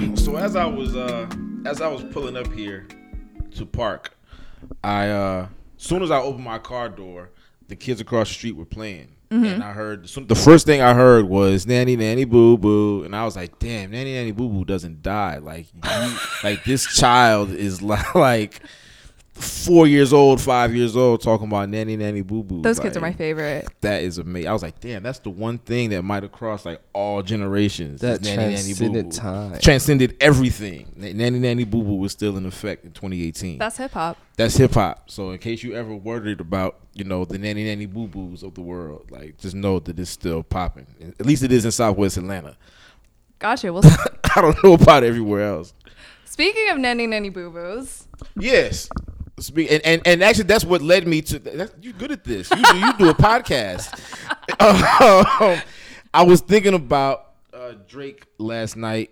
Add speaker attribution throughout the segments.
Speaker 1: I was uh as I was pulling up here to park, I uh soon as I opened my car door, the kids across the street were playing.
Speaker 2: Mm-hmm.
Speaker 1: And I heard so the first thing I heard was nanny nanny boo boo, and I was like, "Damn, nanny nanny boo boo doesn't die. Like, you, like this child is li- like four years old, five years old, talking about nanny nanny boo boo.
Speaker 2: Those kids are my
Speaker 1: Like,
Speaker 2: favorite.
Speaker 1: That is amazing. I was like, damn, that's the one thing that might have crossed like all generations.
Speaker 3: That
Speaker 1: is Nanny Nanny Boo Boo.
Speaker 3: transcended time.
Speaker 1: transcended everything. N- Nanny Nanny Boo Boo was still in effect in 2018. That's,
Speaker 2: That's hip hop.
Speaker 1: hip hop. So in case you ever worried about you know the Nanny Nanny Boo Boos of the world, like just know that it's still popping. At least it is in Southwest Atlanta.
Speaker 2: Gotcha. Well, s-
Speaker 1: I don't know about everywhere else.
Speaker 2: speaking of nanny nanny boo boos,
Speaker 1: Yes. Speak, and, and and actually, that's what led me to. That, you're good at this. You do, you do a podcast. Um, I was thinking about uh, Drake last night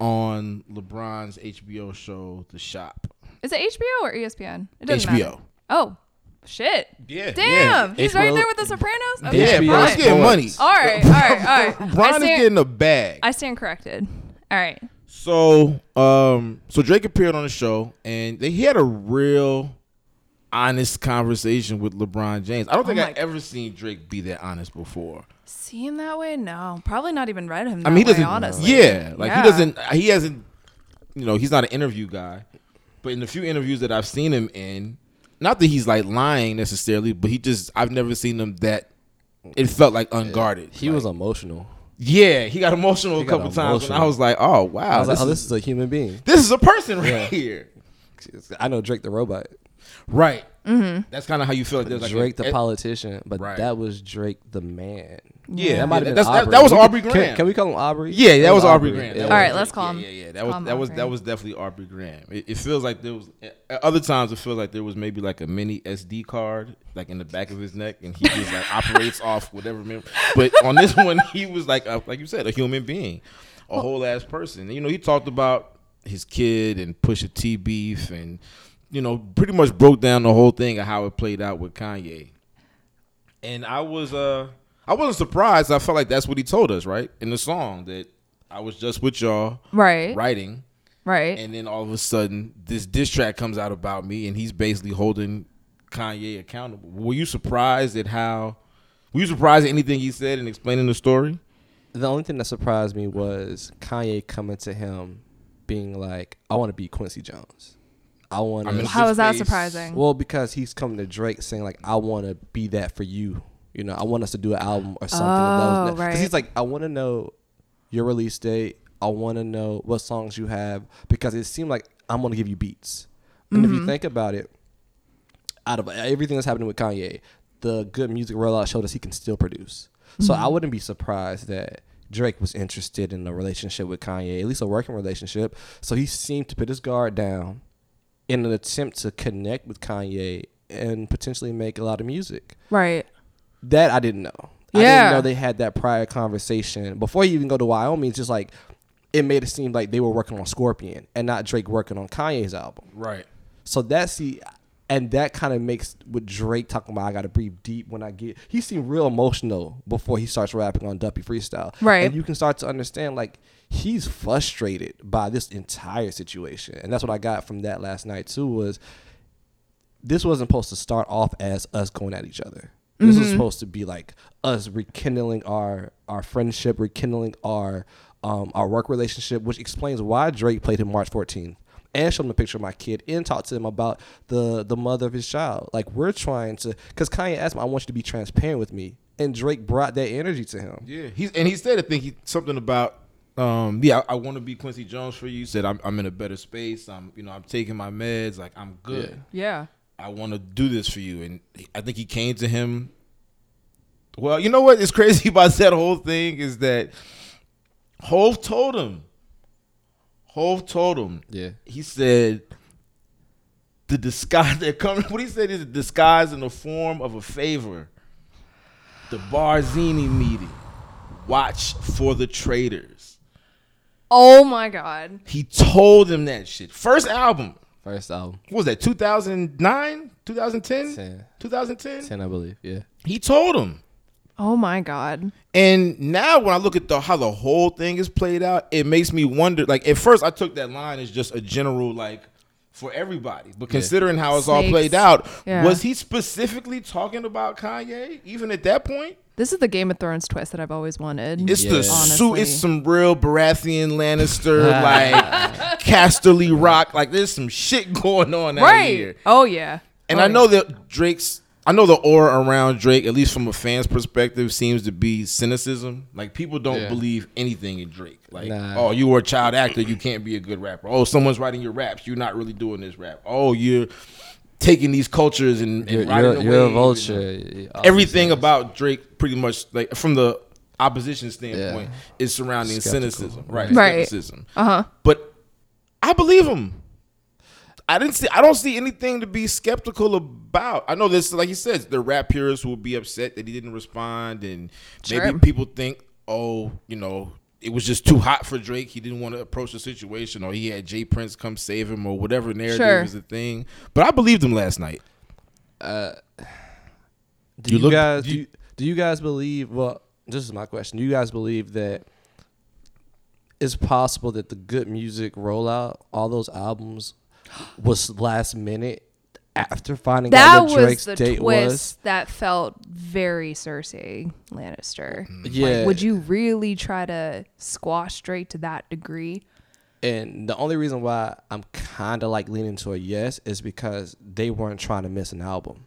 Speaker 1: on LeBron's HBO show, The Shop.
Speaker 2: is it HBO or E ESPN? It doesn't
Speaker 1: HBO.
Speaker 2: matter. Oh, shit.
Speaker 1: Yeah,
Speaker 2: Damn. He's right
Speaker 3: HBO
Speaker 2: there with The Sopranos.
Speaker 1: Yeah,
Speaker 3: HBO
Speaker 1: bro, he's
Speaker 2: fine.
Speaker 1: getting money.
Speaker 3: Sports.
Speaker 2: All right, all right, all right.
Speaker 1: LeBron
Speaker 2: Oh, I
Speaker 1: is
Speaker 2: stand,
Speaker 1: getting a bag.
Speaker 2: I stand corrected. All right.
Speaker 1: So, um, so Drake appeared on the show, and they, he had a real honest conversation with LeBron James. I don't think
Speaker 2: Oh my-
Speaker 1: I've ever seen Drake be that honest before.
Speaker 2: See him that way? No. Probably not even read him that
Speaker 1: I mean, he
Speaker 2: way,
Speaker 1: doesn't.
Speaker 2: honestly.
Speaker 1: Yeah, like
Speaker 2: Yeah.
Speaker 1: he doesn't. He hasn't. You know, he's not an interview guy. But in the few interviews that I've seen him in, not that he's like lying necessarily, but he just I've never seen him that. It felt like oh, unguarded.
Speaker 3: He was emotional.
Speaker 1: Yeah, he got emotional a
Speaker 3: got
Speaker 1: couple times, and
Speaker 3: emotional.
Speaker 1: I was like, oh wow, this,
Speaker 3: I was like, oh,
Speaker 1: is,
Speaker 3: this is a human being.
Speaker 1: this is a person right
Speaker 3: Yeah.
Speaker 1: here.
Speaker 3: I know Drake the robot,
Speaker 1: Right. Mm-hmm. That's kind of how you feel. Like there's like
Speaker 3: Drake
Speaker 1: a, eh,
Speaker 3: the politician, but
Speaker 1: Right.
Speaker 3: that was Drake the man.
Speaker 1: Yeah,
Speaker 3: that might have been
Speaker 1: that's- that-
Speaker 3: Aubrey.
Speaker 1: that was
Speaker 3: We-
Speaker 1: Aubrey
Speaker 3: can-
Speaker 1: Graham.
Speaker 3: Can, we call him Aubrey?
Speaker 1: Yeah, that was Aubrey Graham.
Speaker 3: Yeah.
Speaker 1: That
Speaker 2: All right,
Speaker 1: was
Speaker 2: let's
Speaker 1: Drake.
Speaker 2: call him-
Speaker 1: Yeah, yeah, yeah. that
Speaker 2: call
Speaker 1: was
Speaker 2: him
Speaker 1: that was
Speaker 2: Aubrey.
Speaker 1: that was definitely Aubrey Graham. It, it feels like there was. At other times, it feels like there was maybe like a mini SD card like in the back of his neck, and he just like operates off whatever. Mem- but on this one, he was like a, like you said, a human being, a whole ass person. You know, he talked about his kid and Pusha T beef, and you know, pretty much broke down the whole thing of how it played out with Kanye and I was uh I wasn't surprised. I felt like that's what he told us, right? In the song that I was just with y'all
Speaker 2: Right. Right.
Speaker 1: writing,
Speaker 2: Right.
Speaker 1: and then all of a sudden this diss track comes out about me, and he's basically holding Kanye accountable. Were you surprised at how? Were you surprised at anything he said in explaining the story?
Speaker 3: The only thing that surprised me was Kanye coming to him, being like, "I want to be Quincy Jones. I want
Speaker 1: I'm
Speaker 3: to."
Speaker 1: gonna
Speaker 2: How is that
Speaker 1: His face-
Speaker 2: surprising?
Speaker 3: Well, because he's coming to Drake saying like, "I want to be that for you." You know, I want us to do an album or something.
Speaker 2: Oh,
Speaker 3: Because
Speaker 2: right.
Speaker 3: he's like, "I want to know your release date. I want to know what songs you have." Because it seemed like I'm gonna give you beats. And if
Speaker 2: Mm-hmm.
Speaker 3: you think about it, out of everything that's happening with Kanye, the good music rollout showed us he can still produce. So
Speaker 2: Mm-hmm.
Speaker 3: I wouldn't be surprised that Drake was interested in a relationship with Kanye, at least a working relationship. So he seemed to put his guard down in an attempt to connect with Kanye and potentially make a lot of music.
Speaker 2: right.
Speaker 3: That I didn't know. I
Speaker 2: Yeah.
Speaker 3: didn't know they had that prior conversation before you even go to Wyoming. It's just like it made it seem like they were working on Scorpion and not Drake working on Kanye's album.
Speaker 1: Right.
Speaker 3: So that's the, and that kind of makes what Drake talking about. I gotta breathe deep when I get. He seemed real emotional before he starts rapping on Duppy Freestyle.
Speaker 2: Right.
Speaker 3: And you can start to understand like he's frustrated by this entire situation, and that's what I got from that last night too. Was this wasn't supposed to start off as us going at each other. This
Speaker 1: Mm-hmm.
Speaker 3: was supposed to be like us rekindling our our friendship, rekindling our um, our work relationship, which explains why Drake played him March 14th and showed him a picture of my kid and talked to him about the the mother of his child. Like we're trying to, because Kanye asked me, I want you to be transparent with me, and Drake brought that energy to him.
Speaker 1: Yeah, he's and he said I think he something about um yeah I, I want to be Quincy Jones for you. He said I'm I'm in a better space. I'm you know I'm taking my meds. Like I'm good.
Speaker 2: Yeah.
Speaker 1: I want to do this for you. And I think he came to him. Well, you know what is crazy about that whole thing is that Hove told him. Hove told him.
Speaker 3: Yeah.
Speaker 1: He said the disguise they're coming. What he said is a disguise in the form of a favor. The Barzini meeting. Watch for the traitors.
Speaker 2: Oh my God.
Speaker 1: He told him that shit. First album.
Speaker 3: First album,
Speaker 1: What was that? 2009? 2010?
Speaker 3: Ten.
Speaker 1: 2010?
Speaker 3: I believe. Yeah.
Speaker 1: He told him.
Speaker 2: Oh my God.
Speaker 1: And now when I look at the how the whole thing is played out, it makes me wonder. Like at first, I took that line as just a general like for everybody, but considering how it's all
Speaker 2: Snakes.
Speaker 1: played out,
Speaker 2: Yeah.
Speaker 1: was he specifically talking about Kanye? Even at that point,
Speaker 2: This is the Game of Thrones twist that I've always wanted.
Speaker 1: it's the
Speaker 3: Yeah.
Speaker 1: suit. It's
Speaker 2: Honestly.
Speaker 1: some real Baratheon Lannister like Casterly Rock. Like there's some shit going on out
Speaker 2: right.
Speaker 1: here.
Speaker 2: Oh yeah.
Speaker 1: And
Speaker 2: Oh,
Speaker 1: I
Speaker 2: yeah.
Speaker 1: know that Drake's, I know the aura around Drake, at least from a fan's perspective, seems to be cynicism. Like people don't
Speaker 4: Yeah.
Speaker 1: believe anything in Drake. Like,
Speaker 3: Nah.
Speaker 1: oh, you were a child actor, you can't be a good rapper. Oh, someone's writing your raps, you're not really doing this rap. Oh, you're taking these cultures and, and
Speaker 4: You're,
Speaker 1: riding
Speaker 4: you're,
Speaker 1: the
Speaker 4: you're a
Speaker 1: wave.
Speaker 4: vulture.
Speaker 1: Everything about Drake, pretty much, like from the opposition standpoint, is surrounding
Speaker 4: Skeptical.
Speaker 1: cynicism, right?
Speaker 2: Right.
Speaker 1: Skepticism. Uh
Speaker 2: Uh-huh.
Speaker 1: huh. But I believe him. I didn't see. I don't see anything to be skeptical about. I know this, like he says, the rap purists will be upset that he didn't respond, and maybe
Speaker 2: Sure.
Speaker 1: people think, oh, you know, it was just too hot for Drake. He didn't want to approach the situation, or he had Jay Prince come save him, or whatever narrative
Speaker 2: Sure.
Speaker 1: is the thing. But I believed him last night.
Speaker 3: Do
Speaker 1: You
Speaker 3: you,
Speaker 1: look-
Speaker 3: guys
Speaker 1: you-
Speaker 3: do, you, do you guys believe? Well, this is my question. Do you guys believe that it's possible that the good music rollout, all those albums, was last minute after finding
Speaker 2: that
Speaker 3: out
Speaker 2: was
Speaker 3: what Drake's
Speaker 2: the
Speaker 3: date
Speaker 2: twist
Speaker 3: was?
Speaker 2: that felt very Cersei Lannister.
Speaker 3: Yeah.
Speaker 2: Like, would you really try to squash Drake to that degree?
Speaker 3: And the only reason why I'm kind of like leaning to a yes is because they weren't trying to miss an album.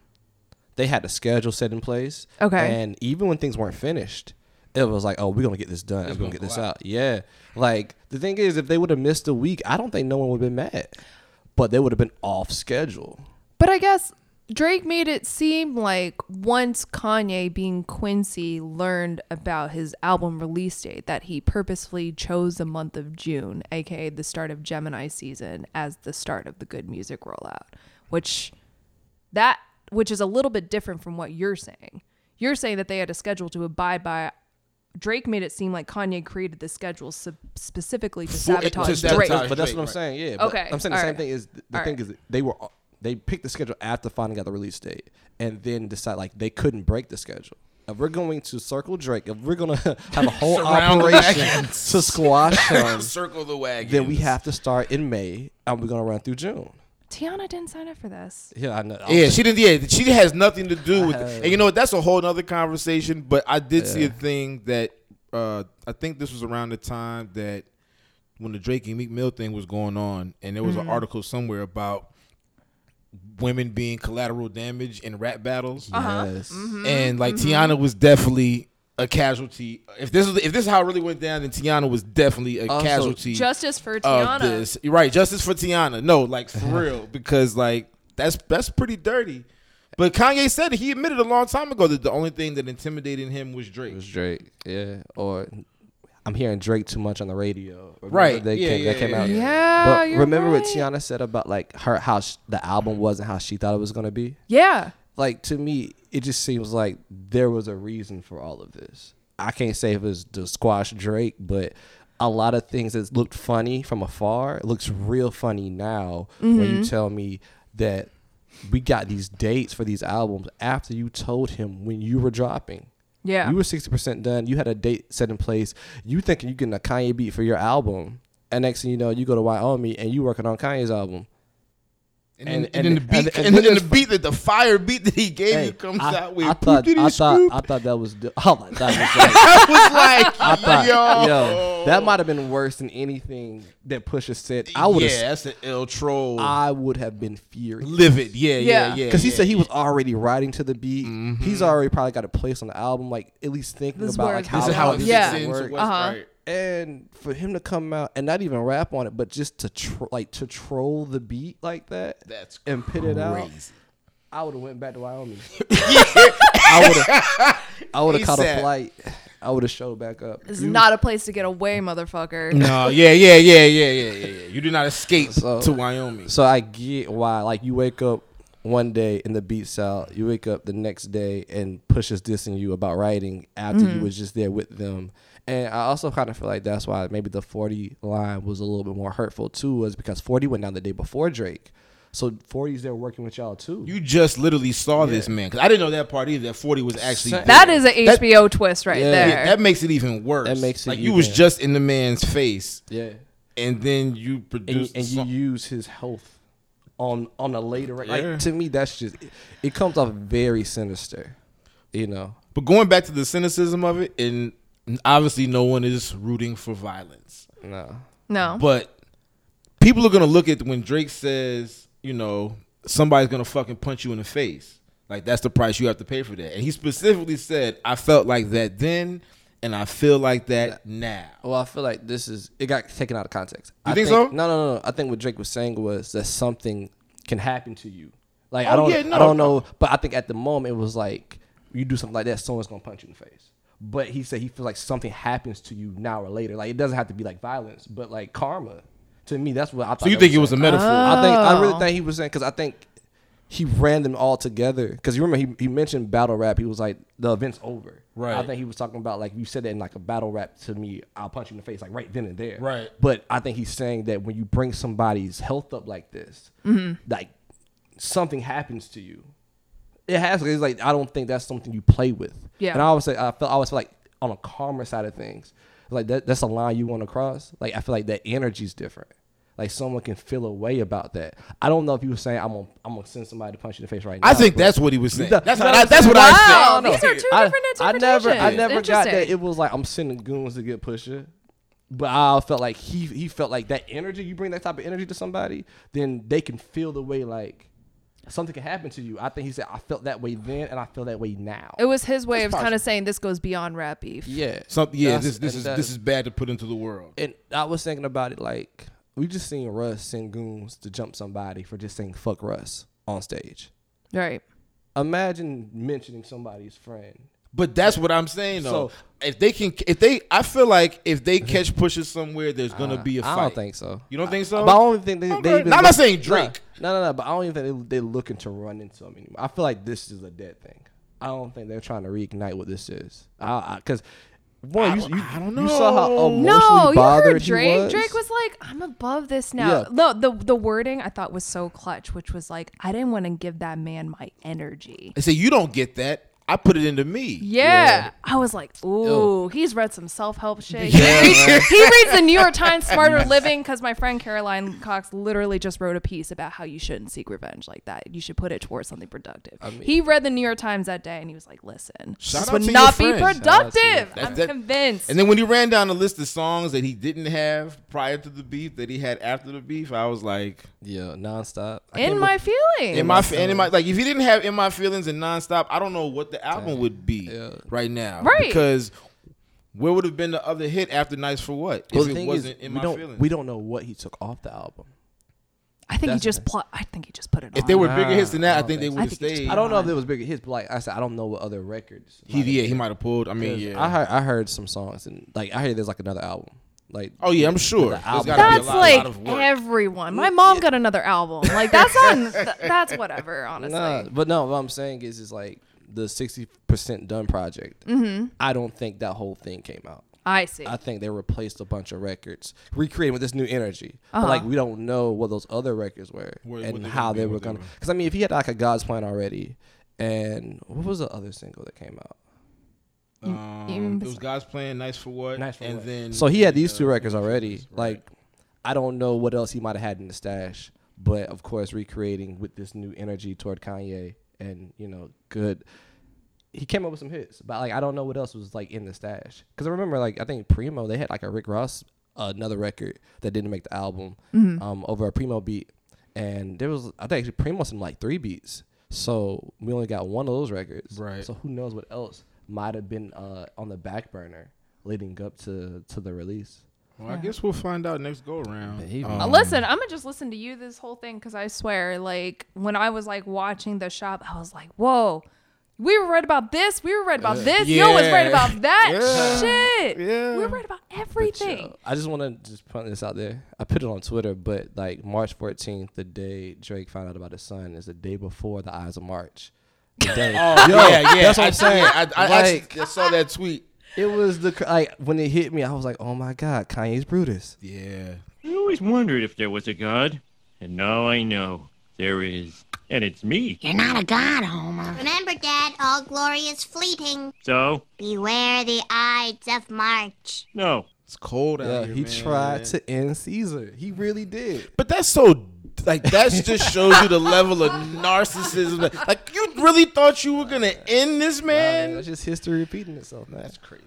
Speaker 3: They had a schedule set in place.
Speaker 2: Okay.
Speaker 3: And even when things weren't finished, it was like, oh, we're going to get this done. we're going to get this out. Yeah. Like, the thing is, if they would have missed a week, I don't think no one would have been mad, but they would have been off schedule.
Speaker 2: But I guess Drake made it seem like once Kanye, being Quincy, learned about his album release date, that he purposefully chose the month of June, aka the start of Gemini season, as the start of the good music rollout, which that which is a little bit different from what you're saying. You're saying that they had a schedule to abide by. Drake made it seem like Kanye created the schedule sub- specifically to
Speaker 1: For- to
Speaker 2: sabotage,
Speaker 1: sabotage
Speaker 2: Drake.
Speaker 3: But that's what I'm
Speaker 1: Right.
Speaker 3: saying. Yeah. But
Speaker 2: Okay.
Speaker 3: I'm saying the
Speaker 2: All
Speaker 3: same
Speaker 2: right.
Speaker 3: thing is the
Speaker 2: All
Speaker 3: thing
Speaker 2: right.
Speaker 3: is that they were they picked the schedule after finding out the release date, and then decide like they couldn't break the schedule. If we're going to circle Drake, if we're gonna have a whole
Speaker 1: Surround the
Speaker 3: operation
Speaker 1: wagons.
Speaker 3: to squash him,
Speaker 1: Circle the wagon.
Speaker 3: then we have to start in May, and we're gonna run through June.
Speaker 2: Tiana didn't sign up for this.
Speaker 3: Yeah, I know. I
Speaker 1: Yeah,
Speaker 3: was thinking-
Speaker 1: she didn't. Yeah, she has nothing to do with it. And you know what? That's a whole nother conversation. But I did see a thing that uh, I think this was around the time that when the Drake and Meek Mill thing was going on, and there was an article somewhere about women being collateral damage in rap battles,
Speaker 3: Yes.
Speaker 1: and like Tiana was definitely a casualty. If this is if this is how it really went down, then Tiana was definitely a
Speaker 3: Also,
Speaker 1: casualty
Speaker 2: Justice for Tiana.
Speaker 1: of this. You're right, justice for Tiana. No, like for real, because like that's that's pretty dirty. But Kanye said it. He admitted a long time ago that the only thing that intimidated him was Drake.
Speaker 4: It was Drake.
Speaker 3: Yeah. Or I'm hearing Drake too much on the radio. Remember
Speaker 1: Right.
Speaker 3: They
Speaker 1: Yeah,
Speaker 3: came,
Speaker 1: yeah,
Speaker 3: that came
Speaker 1: yeah,
Speaker 3: out.
Speaker 1: yeah.
Speaker 2: Yeah,
Speaker 3: But
Speaker 2: you're
Speaker 3: remember what
Speaker 2: right.
Speaker 3: Tiana said about like her how sh- the album was and how she thought it was gonna be.
Speaker 2: Yeah.
Speaker 3: like to me, it just seems like there was a reason for all of this. I can't say if it's to squash Drake, but a lot of things that looked funny from afar it looks real funny now when you tell me that we got these dates for these albums after you told him when you were dropping.
Speaker 2: Yeah.
Speaker 3: You were sixty percent done. You had a date set in place. You thinking you getting a Kanye beat for your album, and next thing you know, you go to Wyoming and you working on Kanye's album.
Speaker 1: And, then-
Speaker 3: And-
Speaker 1: and, then the
Speaker 3: and-
Speaker 1: beat, and,
Speaker 3: and- and
Speaker 1: then
Speaker 3: then
Speaker 1: the beat that the fire beat that he gave
Speaker 3: Hey,
Speaker 1: you comes
Speaker 3: I,
Speaker 1: out with.
Speaker 3: I thought, I thought,
Speaker 1: "Poop-diddy-scoop."
Speaker 3: I thought that was. d- Oh my, that was like,
Speaker 1: I was like,
Speaker 3: I thought,
Speaker 1: yo,
Speaker 3: yo, that might have been worse than anything that Pusha said. I would,
Speaker 1: yeah,
Speaker 3: have,
Speaker 1: that's an ill troll.
Speaker 3: I would have been furious
Speaker 1: Livid, yeah, yeah,
Speaker 2: Yeah.
Speaker 1: yeah.
Speaker 3: because he
Speaker 1: yeah.
Speaker 3: said he was already writing to the beat.
Speaker 1: Mm-hmm.
Speaker 3: He's already probably got a place on the album, like at least thinking
Speaker 2: This is
Speaker 3: about
Speaker 2: where
Speaker 3: like
Speaker 2: it
Speaker 3: how,
Speaker 1: this is
Speaker 2: goes.
Speaker 1: how
Speaker 3: all
Speaker 1: it
Speaker 3: this
Speaker 2: Yeah.
Speaker 1: fits
Speaker 3: would
Speaker 1: into
Speaker 3: work.
Speaker 1: what's
Speaker 2: Uh-huh.
Speaker 1: right.
Speaker 3: And for him to come out and not even rap on it, but just to tro- like to troll the beat like that
Speaker 1: That's
Speaker 3: and pit it out,
Speaker 1: crazy.
Speaker 3: I would have went back to Wyoming. I would have, I would
Speaker 1: He
Speaker 3: have caught
Speaker 1: said-
Speaker 3: a flight. I would have showed back up.
Speaker 2: This is
Speaker 3: You-
Speaker 2: not a place to get away, motherfucker.
Speaker 1: No, yeah, yeah, yeah, yeah, yeah, yeah, yeah. You did not escape
Speaker 3: So-
Speaker 1: to Wyoming.
Speaker 3: So I get why. Like you wake up one day and the beat's out. You wake up the next day and pushes dissing you about writing after you was just there with them. And I also kind of feel like that's why maybe the 40 line was a little bit more hurtful too, was because 40 went down the day before Drake. So 40's there working with y'all too.
Speaker 1: You just literally saw this man because I didn't know that part either. That forty was actually
Speaker 3: That
Speaker 1: there.
Speaker 2: That is an
Speaker 1: That-
Speaker 2: HBO twist right
Speaker 3: Yeah.
Speaker 2: there.
Speaker 1: Yeah, that makes it even worse.
Speaker 3: That makes it
Speaker 1: like you was
Speaker 3: even-
Speaker 1: just in the man's face,
Speaker 3: yeah.
Speaker 1: and then you
Speaker 3: And,
Speaker 1: produced
Speaker 3: and you
Speaker 1: some-
Speaker 3: use his health on on a later rec-
Speaker 1: Yeah.
Speaker 3: like to me that's just it, it comes off very sinister. You know.
Speaker 1: But going back to the cynicism of it, and obviously no one is rooting for violence,
Speaker 3: No.
Speaker 2: no.
Speaker 1: but people are gonna look at when Drake says, you know, somebody's gonna fucking punch you in the face. Like that's the price you have to pay for that. And he specifically said, I felt like that then, and I feel like that now.
Speaker 3: Well, I feel like this is it got taken out of context.
Speaker 1: You
Speaker 3: I
Speaker 1: think so?
Speaker 3: No, no, no, no. I think what Drake was saying was that something can happen to you. Like
Speaker 1: Oh,
Speaker 3: I don't,
Speaker 1: yeah, no.
Speaker 3: I don't know, but I think at the moment it was like you do something like that, someone's gonna punch you in the face. But he said he feels like something happens to you now or later. Like it doesn't have to be like violence, but like karma. To me, that's what I thought.
Speaker 1: So you
Speaker 3: that
Speaker 1: think it was a
Speaker 3: saying.
Speaker 1: metaphor?
Speaker 3: I think I
Speaker 2: Oh.
Speaker 3: really think he was saying because I think he ran them all together. Because you remember he, he mentioned battle rap. He was like the event's over.
Speaker 1: Right.
Speaker 3: I think he was talking about like if you said that in like a battle rap to me, I'll punch you in the face like right then and there.
Speaker 1: Right.
Speaker 3: But I think he's saying that when you bring somebody's health up like this, like something happens to you. It has. It's like I don't think that's something you play with.
Speaker 2: Yeah.
Speaker 3: And I always say I feel I always feel like on a calmer side of things, like that that's a line you want to cross. Like I feel like that energy's different. Like someone can feel a way about that. I don't know if you were saying I'm gonna I'm gonna send somebody to punch you in the face right now.
Speaker 1: I think
Speaker 3: but-
Speaker 1: that's what he was saying.
Speaker 3: No,
Speaker 1: That's,
Speaker 3: no,
Speaker 1: what I,
Speaker 3: that's-
Speaker 1: that's what
Speaker 2: wow,
Speaker 1: I
Speaker 2: these
Speaker 1: said.
Speaker 2: are two different
Speaker 3: I
Speaker 2: interpretations.
Speaker 3: never, I never got that.
Speaker 2: Interesting.
Speaker 3: It was like I'm sending goons to get Pusha, but I felt like he he felt like that energy. You bring that type of energy to somebody, then they can feel the way like something can happen to you. I think he said I felt that way then, and I feel that way now.
Speaker 2: It was his way
Speaker 3: It's
Speaker 2: of kind
Speaker 3: possible.
Speaker 2: of saying this goes beyond rap beef.
Speaker 3: yeah,
Speaker 1: Something, yeah,
Speaker 3: That's-
Speaker 1: this this
Speaker 3: and
Speaker 1: is
Speaker 3: that-
Speaker 1: this is bad to put into the world.
Speaker 3: And I was thinking about it like we just seen Russ send goons to jump somebody for just saying fuck Russ on stage.
Speaker 2: Right.
Speaker 3: Imagine mentioning somebody's friend.
Speaker 1: But that's what I'm saying though.
Speaker 3: So-
Speaker 1: if they can, if they, I feel like if they catch pushes somewhere, there's gonna
Speaker 3: Uh,
Speaker 1: be a fight.
Speaker 3: I don't think so. Uh,
Speaker 1: You don't think so?
Speaker 3: But I don't even think they.
Speaker 1: Okay.
Speaker 3: they even
Speaker 1: I'm not
Speaker 3: look-
Speaker 1: saying Drake.
Speaker 3: No, no, no. But I don't even think they, they're looking to run into him anymore. I feel like this is a dead thing. I don't think they're trying to reignite what this is. I because one, you,
Speaker 1: don't-
Speaker 3: you,
Speaker 1: I don't
Speaker 3: You saw how
Speaker 1: know.
Speaker 3: emotionally
Speaker 2: No, you
Speaker 3: bothered
Speaker 2: heard
Speaker 3: he
Speaker 2: Drake.
Speaker 3: was.
Speaker 2: Drake was like, "I'm above this now."
Speaker 3: Yeah.
Speaker 2: No, the the wording I thought was so clutch, which was like, "I didn't want to give that man my energy."
Speaker 1: I say you don't get that. I put it into me.
Speaker 2: Yeah. I was like, ooh, he's read some self help shit.
Speaker 3: Yeah,
Speaker 2: he, he reads the New York Times Smarter Living because my friend Caroline Cox literally just wrote a piece about how you shouldn't seek revenge like that. You should put it towards something productive. he read the New York Times that day and he was like, listen,
Speaker 1: Shout
Speaker 2: this
Speaker 1: out
Speaker 2: would
Speaker 1: to your
Speaker 2: not be
Speaker 1: friend. Shout
Speaker 3: out to your
Speaker 2: productive.
Speaker 1: friend. That-
Speaker 2: I'm
Speaker 1: that-
Speaker 2: convinced.
Speaker 1: And then when he ran down the list of songs that he didn't have prior to the beef that he had after the beef, I was like,
Speaker 3: yeah, nonstop. I
Speaker 2: in
Speaker 3: can't
Speaker 2: my
Speaker 3: look-
Speaker 2: feelings.
Speaker 1: in my and in my like, if he didn't have in my feelings and nonstop, I don't know what the album would be
Speaker 3: Yeah.
Speaker 1: right now.
Speaker 2: Right.
Speaker 1: Because where would have been the other hit after Nights for What
Speaker 3: Well,
Speaker 1: if
Speaker 3: the
Speaker 1: it
Speaker 3: thing
Speaker 1: wasn't in
Speaker 3: we
Speaker 1: my
Speaker 3: don't
Speaker 1: feelings?
Speaker 3: we don't know what he took off the album.
Speaker 2: I think he
Speaker 3: That's-
Speaker 2: just pl- I think he just put it
Speaker 1: if
Speaker 2: on.
Speaker 1: they were bigger hits than
Speaker 3: Nah, I
Speaker 1: that, I
Speaker 3: don't
Speaker 1: think they
Speaker 3: think so.
Speaker 1: would have
Speaker 2: I think it's-
Speaker 1: stayed.
Speaker 3: I don't know if it was bigger hits, but like I said, I don't know what other records.
Speaker 1: He
Speaker 3: might have
Speaker 1: yeah, he might have pulled. I mean,
Speaker 3: 'Cause
Speaker 1: yeah.
Speaker 3: I heard I heard some songs and like I heard there's like another album. Like
Speaker 1: oh yeah, I'm sure.
Speaker 3: the
Speaker 1: There's
Speaker 3: album.
Speaker 1: gotta be a
Speaker 2: that's
Speaker 1: lot- a lot
Speaker 2: like
Speaker 1: of work.
Speaker 2: everyone. My mom got another album. Like that's on. th- that's whatever. Honestly,
Speaker 3: Nah, but no, what I'm saying is is like the 60% done project. Mm-hmm. I don't think that whole thing came out.
Speaker 2: I see.
Speaker 3: I think they replaced a bunch of records, recreating with this new energy. But like we don't know what those other records were
Speaker 1: Where- what
Speaker 3: and
Speaker 1: they
Speaker 3: how
Speaker 1: gonna be,
Speaker 3: they
Speaker 1: what
Speaker 3: were
Speaker 1: they
Speaker 3: gonna.
Speaker 1: were.
Speaker 3: Because I mean, if he had like a God's plan already, and what was the other single that came out?
Speaker 1: Um,
Speaker 2: even
Speaker 1: it was God's plan, nice for what,
Speaker 3: Nice for
Speaker 1: and
Speaker 3: What.
Speaker 1: then
Speaker 3: So he had these
Speaker 1: uh,
Speaker 3: two records already.
Speaker 1: right.
Speaker 3: Like, I don't know what else he might have had in the stash, but of course, recreating with this new energy toward Kanye and you know, good. He came up with some hits, but like I don't know what else was like in the stash. Because I remember, like I think Primo, they had like a Rick Ross another record that didn't make the album um, over a Primo beat, and there was I think actually Primo sent like three beats, so we only got one of those records.
Speaker 1: Right.
Speaker 3: So who knows what else might have been uh, on the back burner leading up to to the release.
Speaker 1: Well, I guess we'll find out next go Um, around.
Speaker 3: Maybe.
Speaker 2: Uh, listen, I'm gonna just listen to you this whole thing because I swear, like when I was like watching the shop, I was like, whoa. We were right about this. We were right about this. Yo was right
Speaker 1: yeah.
Speaker 2: about that
Speaker 1: Yeah.
Speaker 2: shit.
Speaker 1: Yeah.
Speaker 2: We were right about everything.
Speaker 3: Yo, I just want to just put this out there. I put it on Twitter, but like March 14th, the day Drake found out about his son, is the day before the Eyes of March. The day-
Speaker 1: oh, yeah, yeah.
Speaker 3: that's what
Speaker 1: I-
Speaker 3: I'm saying.
Speaker 1: yeah, I, I
Speaker 3: Like-
Speaker 1: actually I saw that tweet.
Speaker 3: It was the cr- like when it hit me, I was like, "Oh my God, Kanye's Brutus."
Speaker 1: Yeah.
Speaker 4: I always wondered if there was a God, and now I know. There is. And it's me.
Speaker 5: You're not a god, Homer. Remember, Dad, all glory is fleeting.
Speaker 4: So,
Speaker 5: Beware the Ides of March.
Speaker 4: no.
Speaker 1: It's cold out
Speaker 3: Yeah,
Speaker 1: here.
Speaker 3: he
Speaker 1: man.
Speaker 3: tried to end Caesar. He really did.
Speaker 1: But that's so like that just shows you the level of narcissism. Like you really thought you were gonna end this man.
Speaker 3: That's just history repeating itself. man.
Speaker 1: crazy.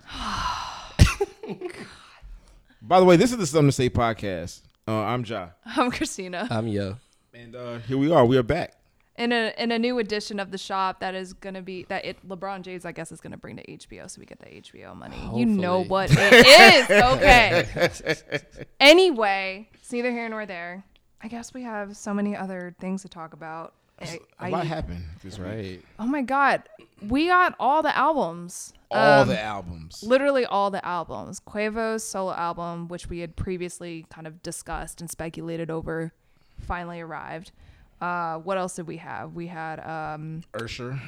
Speaker 1: By the way, this is the Something to Say podcast. Uh, I'm Ja,
Speaker 2: I'm Christina.
Speaker 3: I'm yo.
Speaker 1: and uh, here we are. We are back.
Speaker 2: in a in a new edition of the shop that is gonna be that it LeBron James I guess is gonna bring to HBO so we get the HBO money. You know
Speaker 3: Hopefully.
Speaker 2: what it is. Okay. anyway, it's neither here nor there. I guess we have so many other things to talk about. I,
Speaker 1: A
Speaker 2: I-
Speaker 1: lot happened this week.
Speaker 2: oh my god, we got all the albums.
Speaker 1: All the albums.
Speaker 2: Literally all the albums. Quavo's solo album, which we had previously kind of discussed and speculated over, finally arrived. Uh, what else did we have? We had um,
Speaker 1: Ursher.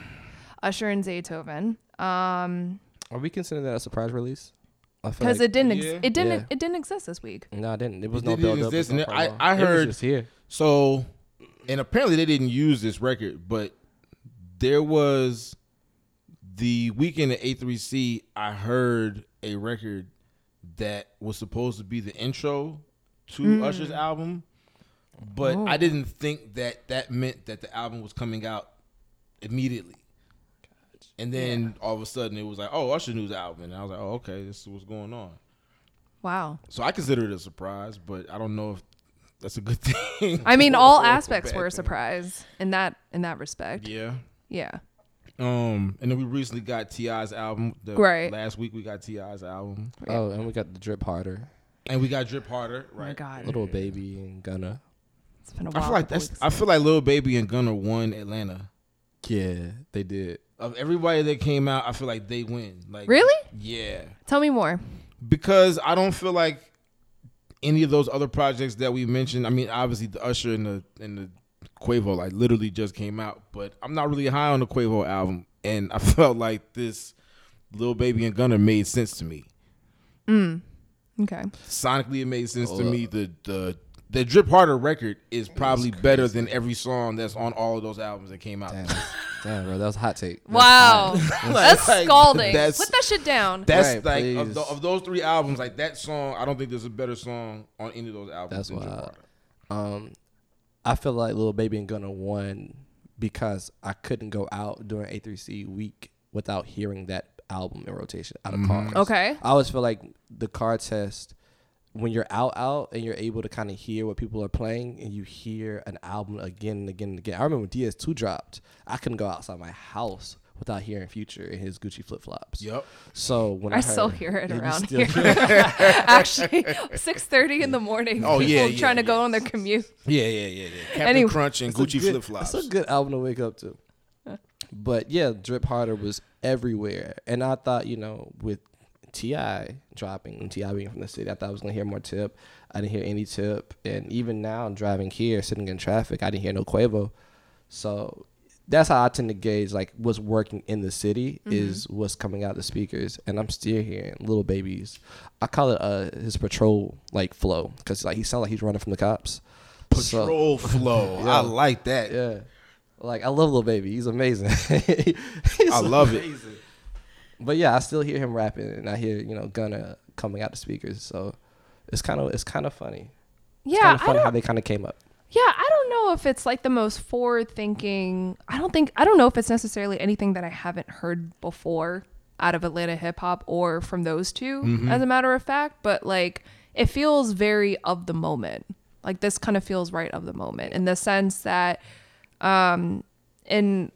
Speaker 2: Usher and Zaytoven
Speaker 3: Are we considering that a surprise release?
Speaker 2: because it didn't ex-
Speaker 1: yeah.
Speaker 2: it didn't
Speaker 3: Yeah.
Speaker 2: it didn't exist this week.
Speaker 3: No, it didn't. It was
Speaker 1: It
Speaker 3: no
Speaker 1: didn't
Speaker 3: build up.
Speaker 1: exist,
Speaker 3: no
Speaker 1: and I-
Speaker 3: promo.
Speaker 1: I
Speaker 3: It was
Speaker 1: heard-
Speaker 3: just here.
Speaker 1: So, and apparently they didn't use this record, but there was the weekend at A3C. I heard a record that was supposed to be the intro to Usher's album, but I didn't think that that meant that the album was coming out immediately. And then all of a sudden it was like, oh, Usher News album. And I was like, oh, okay, this is what's going on.
Speaker 2: Wow.
Speaker 1: So I consider it a surprise, but I don't know if that's a good thing.
Speaker 2: I mean, all
Speaker 1: or a
Speaker 2: aspects
Speaker 1: bad
Speaker 2: were a
Speaker 1: thing.
Speaker 2: surprise in that in that respect. Yeah. Oh
Speaker 1: Yeah. Um, and then we recently got Ti's album. The
Speaker 2: Right.
Speaker 1: Last week we got Ti's album,
Speaker 3: Oh, and we got the drip harder,
Speaker 1: and we got Drip Harder.
Speaker 2: Oh my
Speaker 1: Right.
Speaker 2: God,
Speaker 3: little baby and Gunna.
Speaker 2: it's been a
Speaker 1: I
Speaker 2: while.
Speaker 1: feel like
Speaker 2: before we
Speaker 1: that's. I feel like Lil Baby and Gunna won Atlanta.
Speaker 3: Yeah, they did.
Speaker 1: Of everybody that came out, I feel like they win. Like
Speaker 2: Really?
Speaker 1: Yeah.
Speaker 2: Tell me more.
Speaker 1: Because I don't feel like any of those other projects that we mentioned. I mean, obviously the Usher and the and the Quavo like literally just came out, but I'm not really high on the Quavo album, and I felt like this Lil Baby and Gunna made sense to me.
Speaker 2: Okay.
Speaker 1: sonically it made sense to me. The the the drip harder record is probably better than every song that's on all of those albums that came out.
Speaker 3: Damn, damn, bro, that was a hot take.
Speaker 2: Wow, that's
Speaker 1: Like,
Speaker 2: scalding.
Speaker 1: that's-
Speaker 2: Put that shit down.
Speaker 1: That's
Speaker 3: Right,
Speaker 1: like of,
Speaker 3: please.
Speaker 1: tho- of those three albums, like that song. I don't think there's a better song on any of those albums.
Speaker 3: That's
Speaker 1: than Drip
Speaker 3: wild.
Speaker 1: Harder.
Speaker 3: Um, I feel like Lil Baby and Gunna won because I couldn't go out during A3C week without hearing that album in rotation out of cars.
Speaker 2: Okay.
Speaker 3: I always feel like the car test when you're out out and you're able to kind of hear what people are playing and you hear an album again and again and again. I remember when DS2 dropped, I couldn't go outside my house without hearing Future in his Gucci flip flops.
Speaker 1: Yep.
Speaker 3: So when I,
Speaker 1: Uh-huh.
Speaker 2: I still
Speaker 3: heard-
Speaker 2: hear it
Speaker 3: Yeah, you
Speaker 2: around
Speaker 3: still hear
Speaker 2: here. Actually, six thirty in the morning.
Speaker 1: Oh, yeah,
Speaker 2: people
Speaker 1: yeah,
Speaker 2: trying to go
Speaker 1: yeah.
Speaker 2: on their commute.
Speaker 1: Yeah, yeah, yeah, yeah. Captain
Speaker 2: Anyway.
Speaker 1: Crunch and
Speaker 3: It's a
Speaker 1: Gucci
Speaker 3: good-
Speaker 1: flip flops.
Speaker 3: That's a good album to wake up to. But yeah, Drip Harder was everywhere, and I thought you know with Ti dropping and Ti being from the city, I thought I was gonna hear more Tip. I didn't hear any Tip, and even now driving here, sitting in traffic, I didn't hear no Quavo. So that's how I tend to gauge like what's working in the city
Speaker 1: Mm-hmm.
Speaker 3: is what's coming out the speakers, and I'm still hearing little babies. I call it uh his patrol like flow because like he sounds like he's running from the cops. So-
Speaker 1: Patrol flow. I like that.
Speaker 3: yeah. Like I love Lil Baby. He's amazing. He's
Speaker 1: I love it.
Speaker 3: amazing. But yeah, I still hear him rapping and I hear, you know, Gunna coming out the speakers. So it's kind of it's kind of funny. It's
Speaker 2: Yeah,
Speaker 3: kind of
Speaker 2: I
Speaker 3: funny
Speaker 2: don't.
Speaker 3: how they kind of came up.
Speaker 2: Yeah, I don't know if it's like the most forward thinking. I don't think I don't know if it's necessarily anything that I haven't heard before out of Atlanta hip hop or from those 2 as a matter of fact, but like it feels very of the moment. Like this kind of feels right of the moment in the sense that um in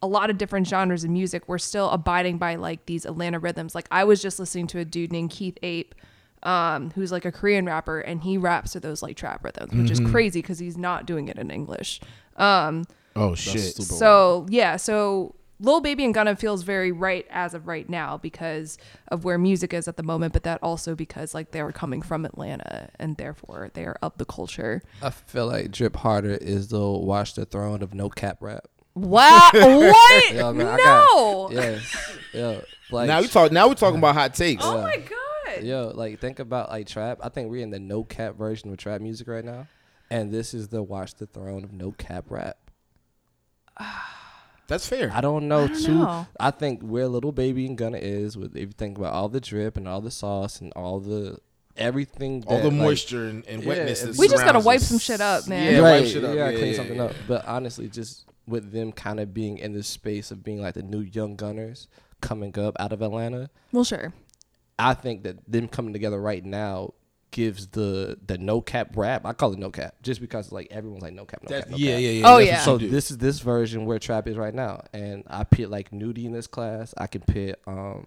Speaker 2: a lot of different genres of music, we're still abiding by like these Atlanta rhythms. Like I was just listening to a dude named Keith Ape, um, who's like a Korean rapper, and he raps to those like trap rhythms, which
Speaker 3: Mm-hmm.
Speaker 2: is crazy because he's not doing it in English.
Speaker 1: Oh shit.
Speaker 2: So yeah, so Lil Baby and Gunna feels very right as of right now because of where music is at the moment, but that also because like they are coming from Atlanta and therefore they are of the culture.
Speaker 3: I feel like Drip Harder is the watch the throne of no cap rap.
Speaker 2: Wow, what?
Speaker 3: Yeah, man, I got-
Speaker 2: no.
Speaker 3: Yes. yeah. Like
Speaker 1: Now we talk. Now we're talking about hot takes.
Speaker 2: Oh my god.
Speaker 3: Yo, like think about like trap. I think we're in the no cap version of trap music right now. and this is the Watch the Throne of No Cap Rap.
Speaker 1: That's fair.
Speaker 3: I don't know
Speaker 2: I don't
Speaker 3: too.
Speaker 2: know.
Speaker 3: I think where Little Baby and Gunna is with if you think about all the drip and all the sauce and all the everything,
Speaker 1: All
Speaker 3: that,
Speaker 1: the
Speaker 3: like-
Speaker 1: moisture and, and
Speaker 3: yeah,
Speaker 1: wetness.
Speaker 3: and-
Speaker 1: that
Speaker 2: We just gotta
Speaker 1: surrounds
Speaker 2: wipe
Speaker 1: us.
Speaker 2: some shit up, man.
Speaker 1: Yeah,
Speaker 3: right?
Speaker 1: wipe shit up.
Speaker 3: Yeah,
Speaker 1: yeah,
Speaker 3: clean
Speaker 1: yeah,
Speaker 3: something
Speaker 1: yeah.
Speaker 3: up. But honestly, just with them kind of being in this space of being like the new young Gunners coming up out of Atlanta,
Speaker 2: Well, sure.
Speaker 3: I think that them coming together right now gives the the no cap rap. I call it no cap just because like everyone's like no cap, no
Speaker 1: That-
Speaker 3: cap, no
Speaker 1: yeah,
Speaker 3: cap.
Speaker 1: yeah, yeah.
Speaker 2: Oh,
Speaker 1: that's
Speaker 2: yeah.
Speaker 1: what
Speaker 3: So
Speaker 1: you do.
Speaker 3: this is this version where trap is right now, and I pit like Nudie in this class. I can pit um,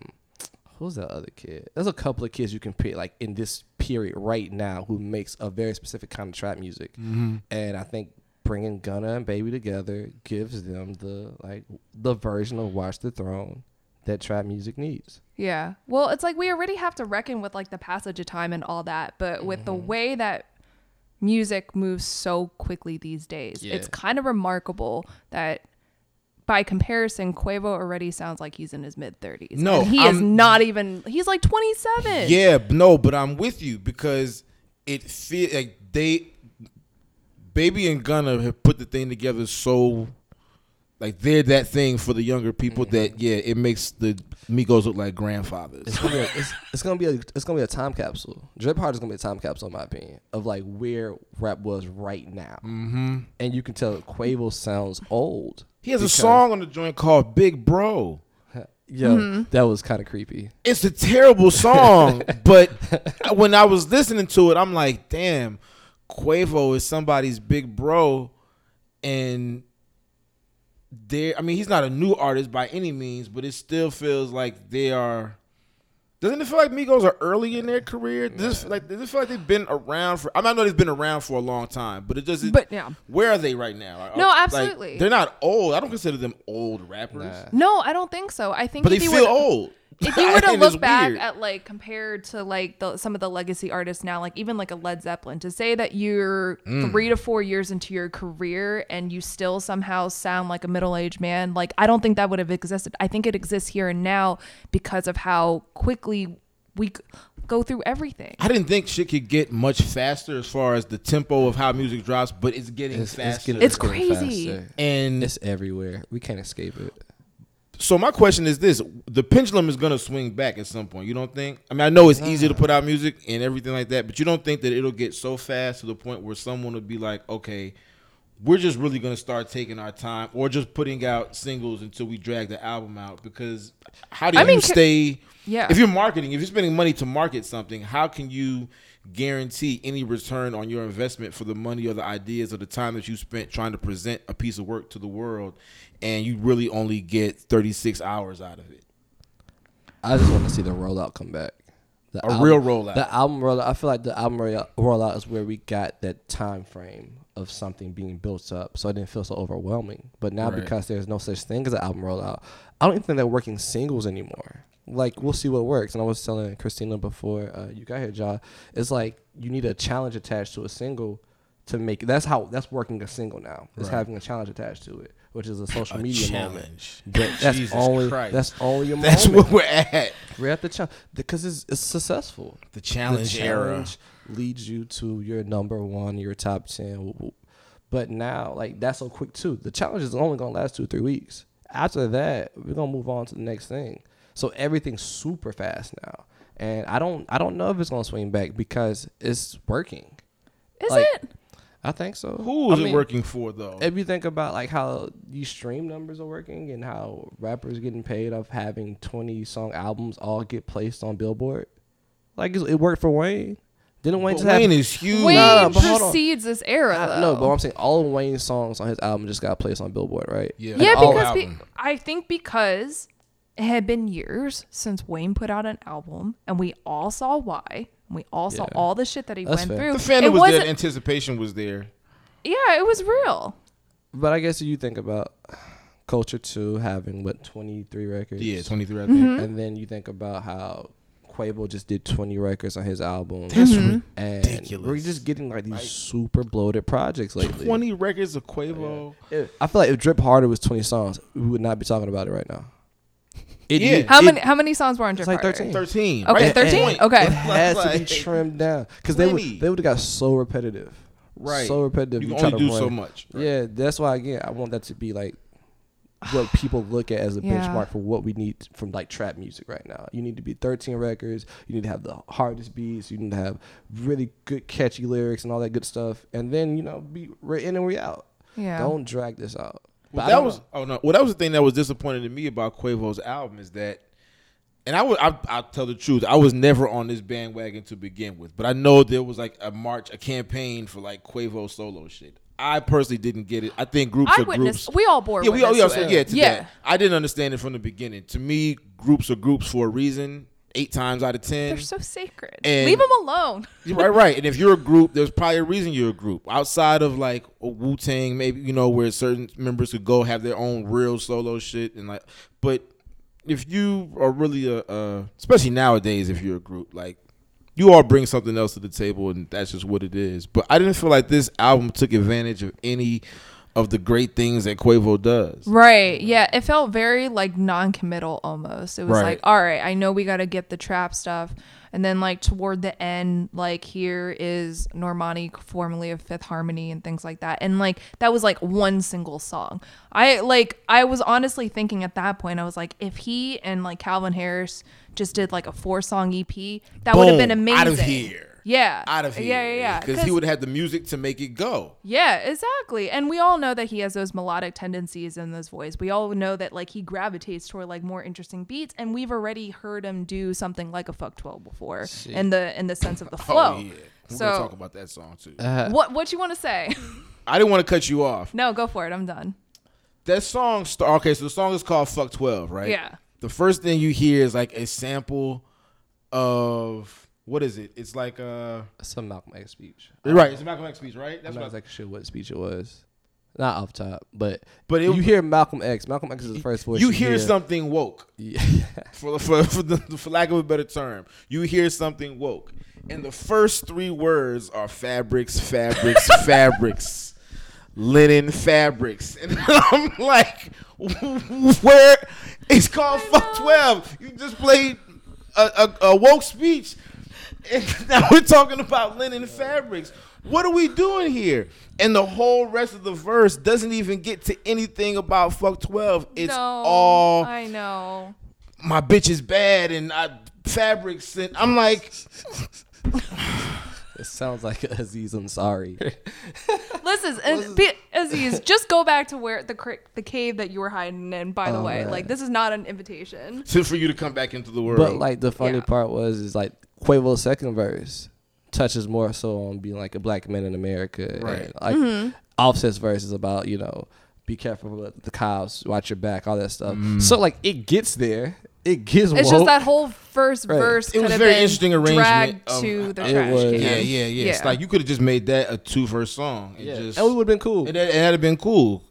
Speaker 3: who's that other kid? There's a couple of kids you can pit like in this period right now who makes a very specific kind of trap music, and I think bringing Gunna and Baby together gives them the like the version of Watch the Throne that trap music needs.
Speaker 2: Yeah. Well, it's like we already have to reckon with like the passage of time and all that, but with the
Speaker 1: Mm-hmm.
Speaker 2: way that music moves so quickly these days, it's
Speaker 3: Yeah.
Speaker 2: kind of remarkable that by comparison, Quavo already sounds like he's in his mid 30s.
Speaker 1: No,
Speaker 2: And he is
Speaker 1: I'm-
Speaker 2: not even, he's like 27.
Speaker 1: Yeah, b- no, but I'm with you because it feel like they, Baby and Gunna have put the thing together so, like they're that thing for the younger people
Speaker 3: Mm-hmm.
Speaker 1: that yeah, it makes the Migos look like grandfathers.
Speaker 3: It's gonna, be a, it's, it's gonna be a it's gonna be a time capsule. Drip Hard is gonna be a time capsule, in my opinion, of like where rap was right now. Mm-hmm. And you can tell Quavo sounds old.
Speaker 1: He has a
Speaker 3: because-
Speaker 1: song on the joint called Big Bro.
Speaker 3: Yo,
Speaker 2: Mm-hmm.
Speaker 3: that was kind of creepy.
Speaker 1: It's a terrible song, but when I was listening to it, I'm like, damn, Quavo is somebody's big bro, and there. I mean, he's not a new artist by any means, but it still feels like they are. Doesn't it feel like Migos are early in their career? Does it, like does it feel like they've been around for? I mean, I know they've been around for a long time, but it doesn't.
Speaker 2: But, yeah.
Speaker 1: where are they right now? Are-
Speaker 2: No,
Speaker 1: like,
Speaker 2: absolutely.
Speaker 1: they're not old. I don't consider them old rappers,
Speaker 2: No, I don't think so. I think
Speaker 1: but they
Speaker 2: if you
Speaker 1: feel
Speaker 2: were,
Speaker 1: old.
Speaker 2: If you were to
Speaker 1: And it's
Speaker 2: look back
Speaker 1: weird.
Speaker 2: at like compared to like the, some of the legacy artists now, like even like a Led Zeppelin, to say that you're
Speaker 3: Mm.
Speaker 2: three to four years into your career and you still somehow sound like a middle aged man, like I don't think that would have existed. I think it exists here and now because of how quickly we c- go through everything.
Speaker 1: I didn't think shit could get much faster as far as the tempo of how music drops, but it's getting
Speaker 3: It's,
Speaker 1: faster.
Speaker 3: getting-
Speaker 2: It's
Speaker 3: getting
Speaker 2: crazy.
Speaker 3: faster.
Speaker 1: and
Speaker 3: It's everywhere. We can't escape it.
Speaker 1: so my question is this: the pendulum is gonna swing back at some point. You don't think? I mean, I know it's easy to put out music and everything like that, but you don't think that it'll get so fast to the point where someone will be like, okay. We're just really gonna start taking our time, or just putting out singles until we drag the album out. Because how do
Speaker 2: I
Speaker 1: you
Speaker 2: mean, ca-
Speaker 1: stay?
Speaker 2: Yeah.
Speaker 1: If you're marketing, if you're spending money to market something, how can you guarantee any return on your investment for the money or the ideas or the time that you spent trying to present a piece of work to the world and you really only get 36 hours out of it?
Speaker 3: I just want to see the rollout come back. The
Speaker 1: A real rollout.
Speaker 3: The album rollout. I feel like the album rollout, rollout is where we got that time frame of something being built up, so it didn't feel so overwhelming. But now
Speaker 1: Right.
Speaker 3: because there's no such thing as an album rollout, I don't even think they're working singles anymore. Like we'll see what works. And I was telling Christina before uh, you got here, Ja, it's like you need a challenge attached to a single to make. That's how. That's working a single now. Is having a challenge attached to it, which is a social media
Speaker 1: challenge.
Speaker 3: moment. That- that's
Speaker 1: Jesus
Speaker 3: only.
Speaker 1: Christ.
Speaker 3: That's only a
Speaker 1: That's
Speaker 3: moment.
Speaker 1: where we're at.
Speaker 3: We're at the challenge because it's, it's successful.
Speaker 1: The challenge
Speaker 3: era leads you to your number one, your top ten. whoop, whoop. But now, like that's so quick too. The challenge is only gonna last two, three weeks. After that, we're gonna move on to the next thing. So everything's super fast now, and I don't, I don't know if it's gonna swing back because it's working.
Speaker 2: Is
Speaker 3: like,
Speaker 2: it?
Speaker 3: I think so.
Speaker 1: Who is
Speaker 3: I
Speaker 1: it
Speaker 3: mean,
Speaker 1: working for, though?
Speaker 3: If you think about like how these stream numbers are working and how rappers getting paid off having twenty song albums all get placed on Billboard, like it's- it worked for Wayne. Didn't Wayne
Speaker 1: But
Speaker 3: just have-
Speaker 1: Wayne is huge.
Speaker 2: Wayne
Speaker 3: no, Mm. but hold on.
Speaker 2: precedes this era.
Speaker 3: I-
Speaker 2: though.
Speaker 3: no, but I'm saying all of Wayne's songs on his album just got placed on Billboard, right?
Speaker 1: Yeah.
Speaker 2: yeah,
Speaker 1: Like, all
Speaker 2: because be-
Speaker 1: album.
Speaker 2: I think because it had been years since Wayne put out an album, and we all saw why. and We all saw
Speaker 3: Yeah.
Speaker 2: all the shit that he
Speaker 3: That's
Speaker 2: went
Speaker 3: fair.
Speaker 2: through.
Speaker 1: the fandom
Speaker 2: it
Speaker 1: was there,
Speaker 2: wasn't-
Speaker 1: the anticipation was there.
Speaker 2: yeah, it was real.
Speaker 3: But I guess if you think about Culture Two having what twenty three records,
Speaker 1: Yeah, 23, I think.
Speaker 3: and then you think about how Quavo just did 20 records on his album. and
Speaker 1: ridiculous.
Speaker 3: We're just getting like these super bloated projects
Speaker 2: Mm-hmm.
Speaker 3: lately.
Speaker 1: 20 records of Quavo.
Speaker 3: If- I feel like if Drip Harder was 20 songs, we would not be talking about it right now. It
Speaker 1: Yeah.
Speaker 3: need-
Speaker 2: How
Speaker 3: it-
Speaker 2: many how many songs were on Drip
Speaker 3: like
Speaker 2: Harder?
Speaker 3: 13.
Speaker 1: 13.
Speaker 2: Okay,
Speaker 1: right?
Speaker 2: thirteen.
Speaker 1: Point.
Speaker 2: Okay.
Speaker 3: It has to be
Speaker 1: Like-
Speaker 3: trimmed down because they would
Speaker 1: 20.
Speaker 3: they would have got so repetitive.
Speaker 1: Right.
Speaker 3: so repetitive.
Speaker 1: You
Speaker 3: You
Speaker 1: can
Speaker 3: try
Speaker 1: only
Speaker 3: to
Speaker 1: do
Speaker 3: run.
Speaker 1: so much. Right.
Speaker 3: Yeah, that's why again I want that to be like what people look at as a
Speaker 2: Yeah.
Speaker 3: benchmark for what we need from like trap music right now. You need to be 13 records. You need to have the hardest beats. You need to have really good catchy lyrics and all that good stuff. And then you know be we're in and we're out.
Speaker 2: Yeah.
Speaker 3: Don't drag this out. But
Speaker 1: Well,
Speaker 3: I
Speaker 1: that
Speaker 3: don't
Speaker 1: was
Speaker 3: know.
Speaker 1: oh no. Well, that was the thing that was disappointing to me about Quavo's album is that, and I would I, I'll tell the truth. I was never on this bandwagon to begin with, but I know there was like a march, a campaign for like Quavo solo shit. I personally didn't get it. I think groups
Speaker 2: I
Speaker 1: are
Speaker 2: witnessed-
Speaker 1: groups.
Speaker 2: we all bore
Speaker 1: Yeah, we all yeah,
Speaker 2: witness to
Speaker 1: so,
Speaker 2: it.
Speaker 1: yeah, to
Speaker 2: Yeah.
Speaker 1: that. I didn't understand it from the beginning. To me, groups are groups for a reason. Eight times out of ten,
Speaker 2: They're so sacred.
Speaker 1: And-
Speaker 2: Leave them alone.
Speaker 1: Yeah, right, right. And if you're a group, there's probably a reason you're a group. Outside of like Wu Tang, maybe you know where certain members could go have their own real solo shit and like. But if you are really a, a especially nowadays, if you're a group, like you all bring something else to the table, and that's just what it is. But I didn't feel like this album took advantage of any of the great things that Quavo does.
Speaker 2: Right. Yeah. It felt very like non committal almost. It was
Speaker 1: Right.
Speaker 2: like, all right, I know we got to get the trap stuff. And then, like, toward the end, like, here is Normani, formerly of Fifth Harmony, and things like that. And, like, that was like one single song. I, like, I was honestly thinking at that point, I was like, if he and, like, Calvin Harris just did, like, a four song EP, that would have been
Speaker 1: Boom,
Speaker 2: amazing.
Speaker 1: Out of here.
Speaker 2: Yeah.
Speaker 1: Out of here.
Speaker 2: Yeah. Yeah. Yeah.
Speaker 1: Because he would have the music to make it go.
Speaker 2: Yeah, exactly. And we all know that he has those melodic tendencies in his voice. We all know that like he gravitates toward like more interesting beats, and we've already heard him do something like a fuck twelve before in the in the sense of the flow.
Speaker 1: Oh yeah. We're gonna talk
Speaker 2: So
Speaker 1: about that song too.
Speaker 2: what what you want to say?
Speaker 1: I didn't want to cut you off.
Speaker 2: no, go for it. I'm done.
Speaker 1: That song star okay, so the song is called Fuck Twelve, right?
Speaker 2: Yeah.
Speaker 1: The first thing you hear is like a sample of what is it? It's like uh
Speaker 3: some Malcolm X speech.
Speaker 1: right, it's a Malcolm X speech, right?
Speaker 3: I'm
Speaker 1: That's
Speaker 3: not
Speaker 1: what I,
Speaker 3: exactly sure what speech it was. Not off top, but
Speaker 1: But
Speaker 3: but
Speaker 1: it-
Speaker 3: you hear Malcolm X. Malcolm X is the first voice
Speaker 1: you hear
Speaker 3: hear.
Speaker 1: something woke.
Speaker 3: Yeah.
Speaker 1: For for for, the, for lack of a better term, you hear something woke. And the first three words are fabrics, fabrics, fabrics. Linen fabrics, and I'm like, where? It's called Fuck Twelve. You just played a, a, a woke speech, and now we're talking about linen fabrics. What are we doing here? And the whole rest of the verse doesn't even get to anything about Fuck Twelve. It's
Speaker 2: no,
Speaker 1: all
Speaker 2: I know.
Speaker 1: my bitch is bad and I fabrics and I'm like
Speaker 3: It sounds like Aziz Ansari.
Speaker 2: Listen, and be, Aziz, just go back to where the cra- the cave that you were hiding in. By the way,
Speaker 3: man.
Speaker 2: like this is not an invitation.
Speaker 1: to, for you to come back into the world.
Speaker 3: But like the funny
Speaker 2: Yeah.
Speaker 3: part was is like Quavo's second verse touches more so on being like a black man in America.
Speaker 1: Right.
Speaker 3: And, like
Speaker 2: Mm-hmm.
Speaker 3: Offset's verse is about you know be careful with the cops, watch your back, all that stuff.
Speaker 1: Mm.
Speaker 3: So like it gets there. It gets.
Speaker 2: It's just
Speaker 3: woke.
Speaker 2: that whole first
Speaker 3: Right.
Speaker 2: verse.
Speaker 1: it
Speaker 2: could
Speaker 1: was
Speaker 2: have
Speaker 1: very
Speaker 2: been
Speaker 1: interesting arrangement.
Speaker 2: Dragged
Speaker 1: of-
Speaker 2: to the
Speaker 1: uh,
Speaker 2: trash
Speaker 3: was.
Speaker 2: can.
Speaker 1: Yeah, yeah, yeah, It's like you could have just made that a two verse song. And
Speaker 3: Yeah.
Speaker 1: just
Speaker 3: and it would have been cool.
Speaker 1: it, it had have been cool.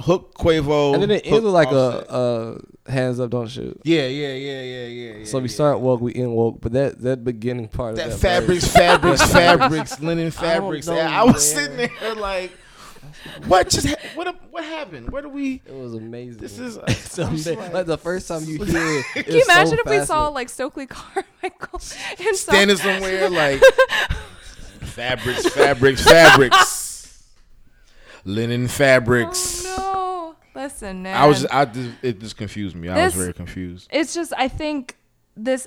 Speaker 1: Hook Quavo.
Speaker 3: and then it
Speaker 1: hook
Speaker 3: ended like
Speaker 1: Offset.
Speaker 3: a, a hands up, don't shoot.
Speaker 1: Yeah, yeah, yeah, yeah, yeah, yeah.
Speaker 3: So we
Speaker 1: yeah.
Speaker 3: start woke, we end woke, but that that beginning part
Speaker 1: that
Speaker 3: of that
Speaker 1: fabrics,
Speaker 3: verse-
Speaker 1: fabrics, fabrics, linen fabrics.
Speaker 3: know,
Speaker 1: And I was
Speaker 3: man.
Speaker 1: sitting there like, what just ha- what what happened? Where do we?
Speaker 3: it was amazing.
Speaker 1: This is
Speaker 3: It's amazing. Like, the first time you hear, it,
Speaker 2: Can you
Speaker 3: it's so
Speaker 2: imagine if we saw
Speaker 3: fascinating.
Speaker 2: like Stokely Carmichael and
Speaker 1: standing somewhere like fabrics, fabrics, fabrics, linen fabrics.
Speaker 2: Oh no! Listen, man.
Speaker 1: I was, I just, it just confused me. I was
Speaker 2: This-
Speaker 1: very confused.
Speaker 2: it's just I think this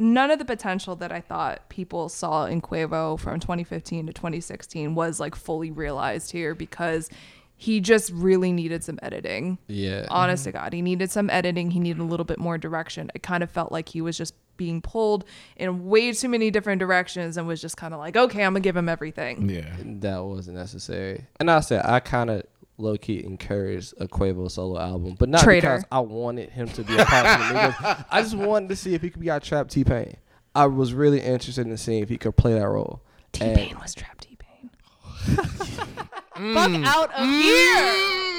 Speaker 2: none of the potential that I thought people saw in Quavo from 2015 to 2016 was like fully realized here because he just really needed some editing.
Speaker 3: Yeah.
Speaker 2: Honest to God, he needed some editing. He needed a little bit more direction. I kind of felt like he was just being pulled in way too many different directions and was just kind of like, okay, I'm gonna give him everything.
Speaker 1: Yeah,
Speaker 3: that wasn't necessary. And I said I kind of low key encouraged a Quavo solo album, but not
Speaker 2: Traitor.
Speaker 3: because I wanted him to be a part of it. because I just wanted to see if he could be our trap T Pain. I was really interested in seeing if he could play that role.
Speaker 2: T
Speaker 3: And-
Speaker 2: Pain was trapped. T Pain. Fuck out of here.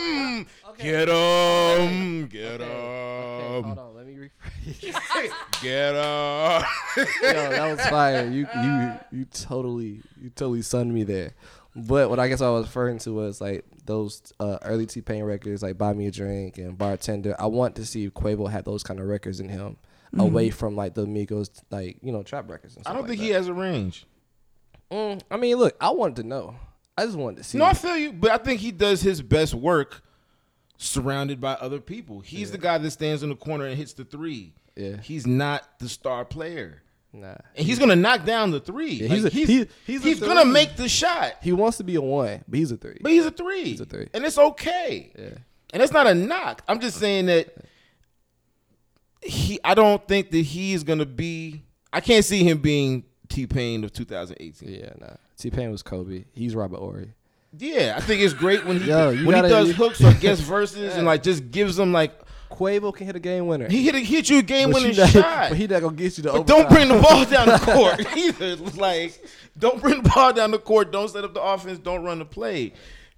Speaker 1: Mm, Get 'em, get 'em,
Speaker 2: Um,
Speaker 3: Hey, hold on, let me rephrase.
Speaker 1: get 'em.
Speaker 3: Yo, that was fire. You you you totally you totally sunned me there. But what I guess I was referring to was like those uh, early T Pain records, like "Buy Me a Drink" and "Bartender." I want to see if Quavo had those kind of records in him, away from like the Migos, like you know, trap records. And
Speaker 1: I
Speaker 3: stuff
Speaker 1: don't
Speaker 3: like
Speaker 1: think
Speaker 3: that.
Speaker 1: he has a range.
Speaker 3: Mm, I mean, look, I wanted to know. I just wanted to see.
Speaker 1: No, I feel you, but I think he does his best work surrounded by other people. He's the guy that stands in the corner and hits the three.
Speaker 3: Yeah.
Speaker 1: He's not the star player.
Speaker 3: nah.
Speaker 1: And he's gonna knock down the three. Like,
Speaker 3: Yeah, he's a- he- he's a
Speaker 1: he's gonna
Speaker 3: three.
Speaker 1: make the shot.
Speaker 3: He wants to be a one, but he's a three.
Speaker 1: But he's a three.
Speaker 3: a three.
Speaker 1: And it's okay.
Speaker 3: Yeah.
Speaker 1: And that's not a knock. I'm just saying that he I don't think that he's gonna be I can't see him being T Pain of 2018.
Speaker 3: yeah, nah. T Pain was Kobe. He's Robert Ory.
Speaker 1: Yeah, I think it's great when he
Speaker 3: Yo, you
Speaker 1: when
Speaker 3: gotta-
Speaker 1: he does
Speaker 3: you-
Speaker 1: hooks or gets verses and like just gives them like
Speaker 3: Quavo can hit a game winner.
Speaker 1: he hit a, hit you a game
Speaker 3: But
Speaker 1: winning
Speaker 3: you not-
Speaker 1: shot.
Speaker 3: But he not gonna get you the.
Speaker 1: But don't
Speaker 3: overtime.
Speaker 1: bring the ball down the court either. Like, don't bring the ball down the court. Don't set up the offense. Don't run the play.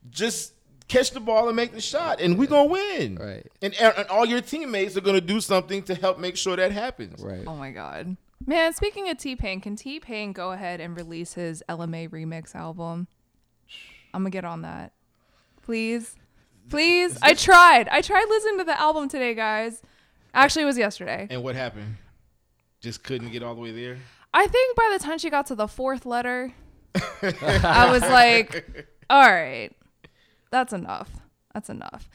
Speaker 1: Just catch the ball and make the shot, and we gonna win.
Speaker 3: Right.
Speaker 1: And, and all your teammates are gonna do something to help make sure that happens.
Speaker 3: Right.
Speaker 2: Oh my god. Man, speaking of T Pain, can T Pain go ahead and release his LMA remix album? I'm gonna get on that. Please. Please. I tried. I tried listening to the album today, guys. Actually, it was yesterday.
Speaker 1: And what happened? Just couldn't get all the way there.
Speaker 2: I think by the time she got to the fourth letter, I was like, all right, that's enough. That's enough.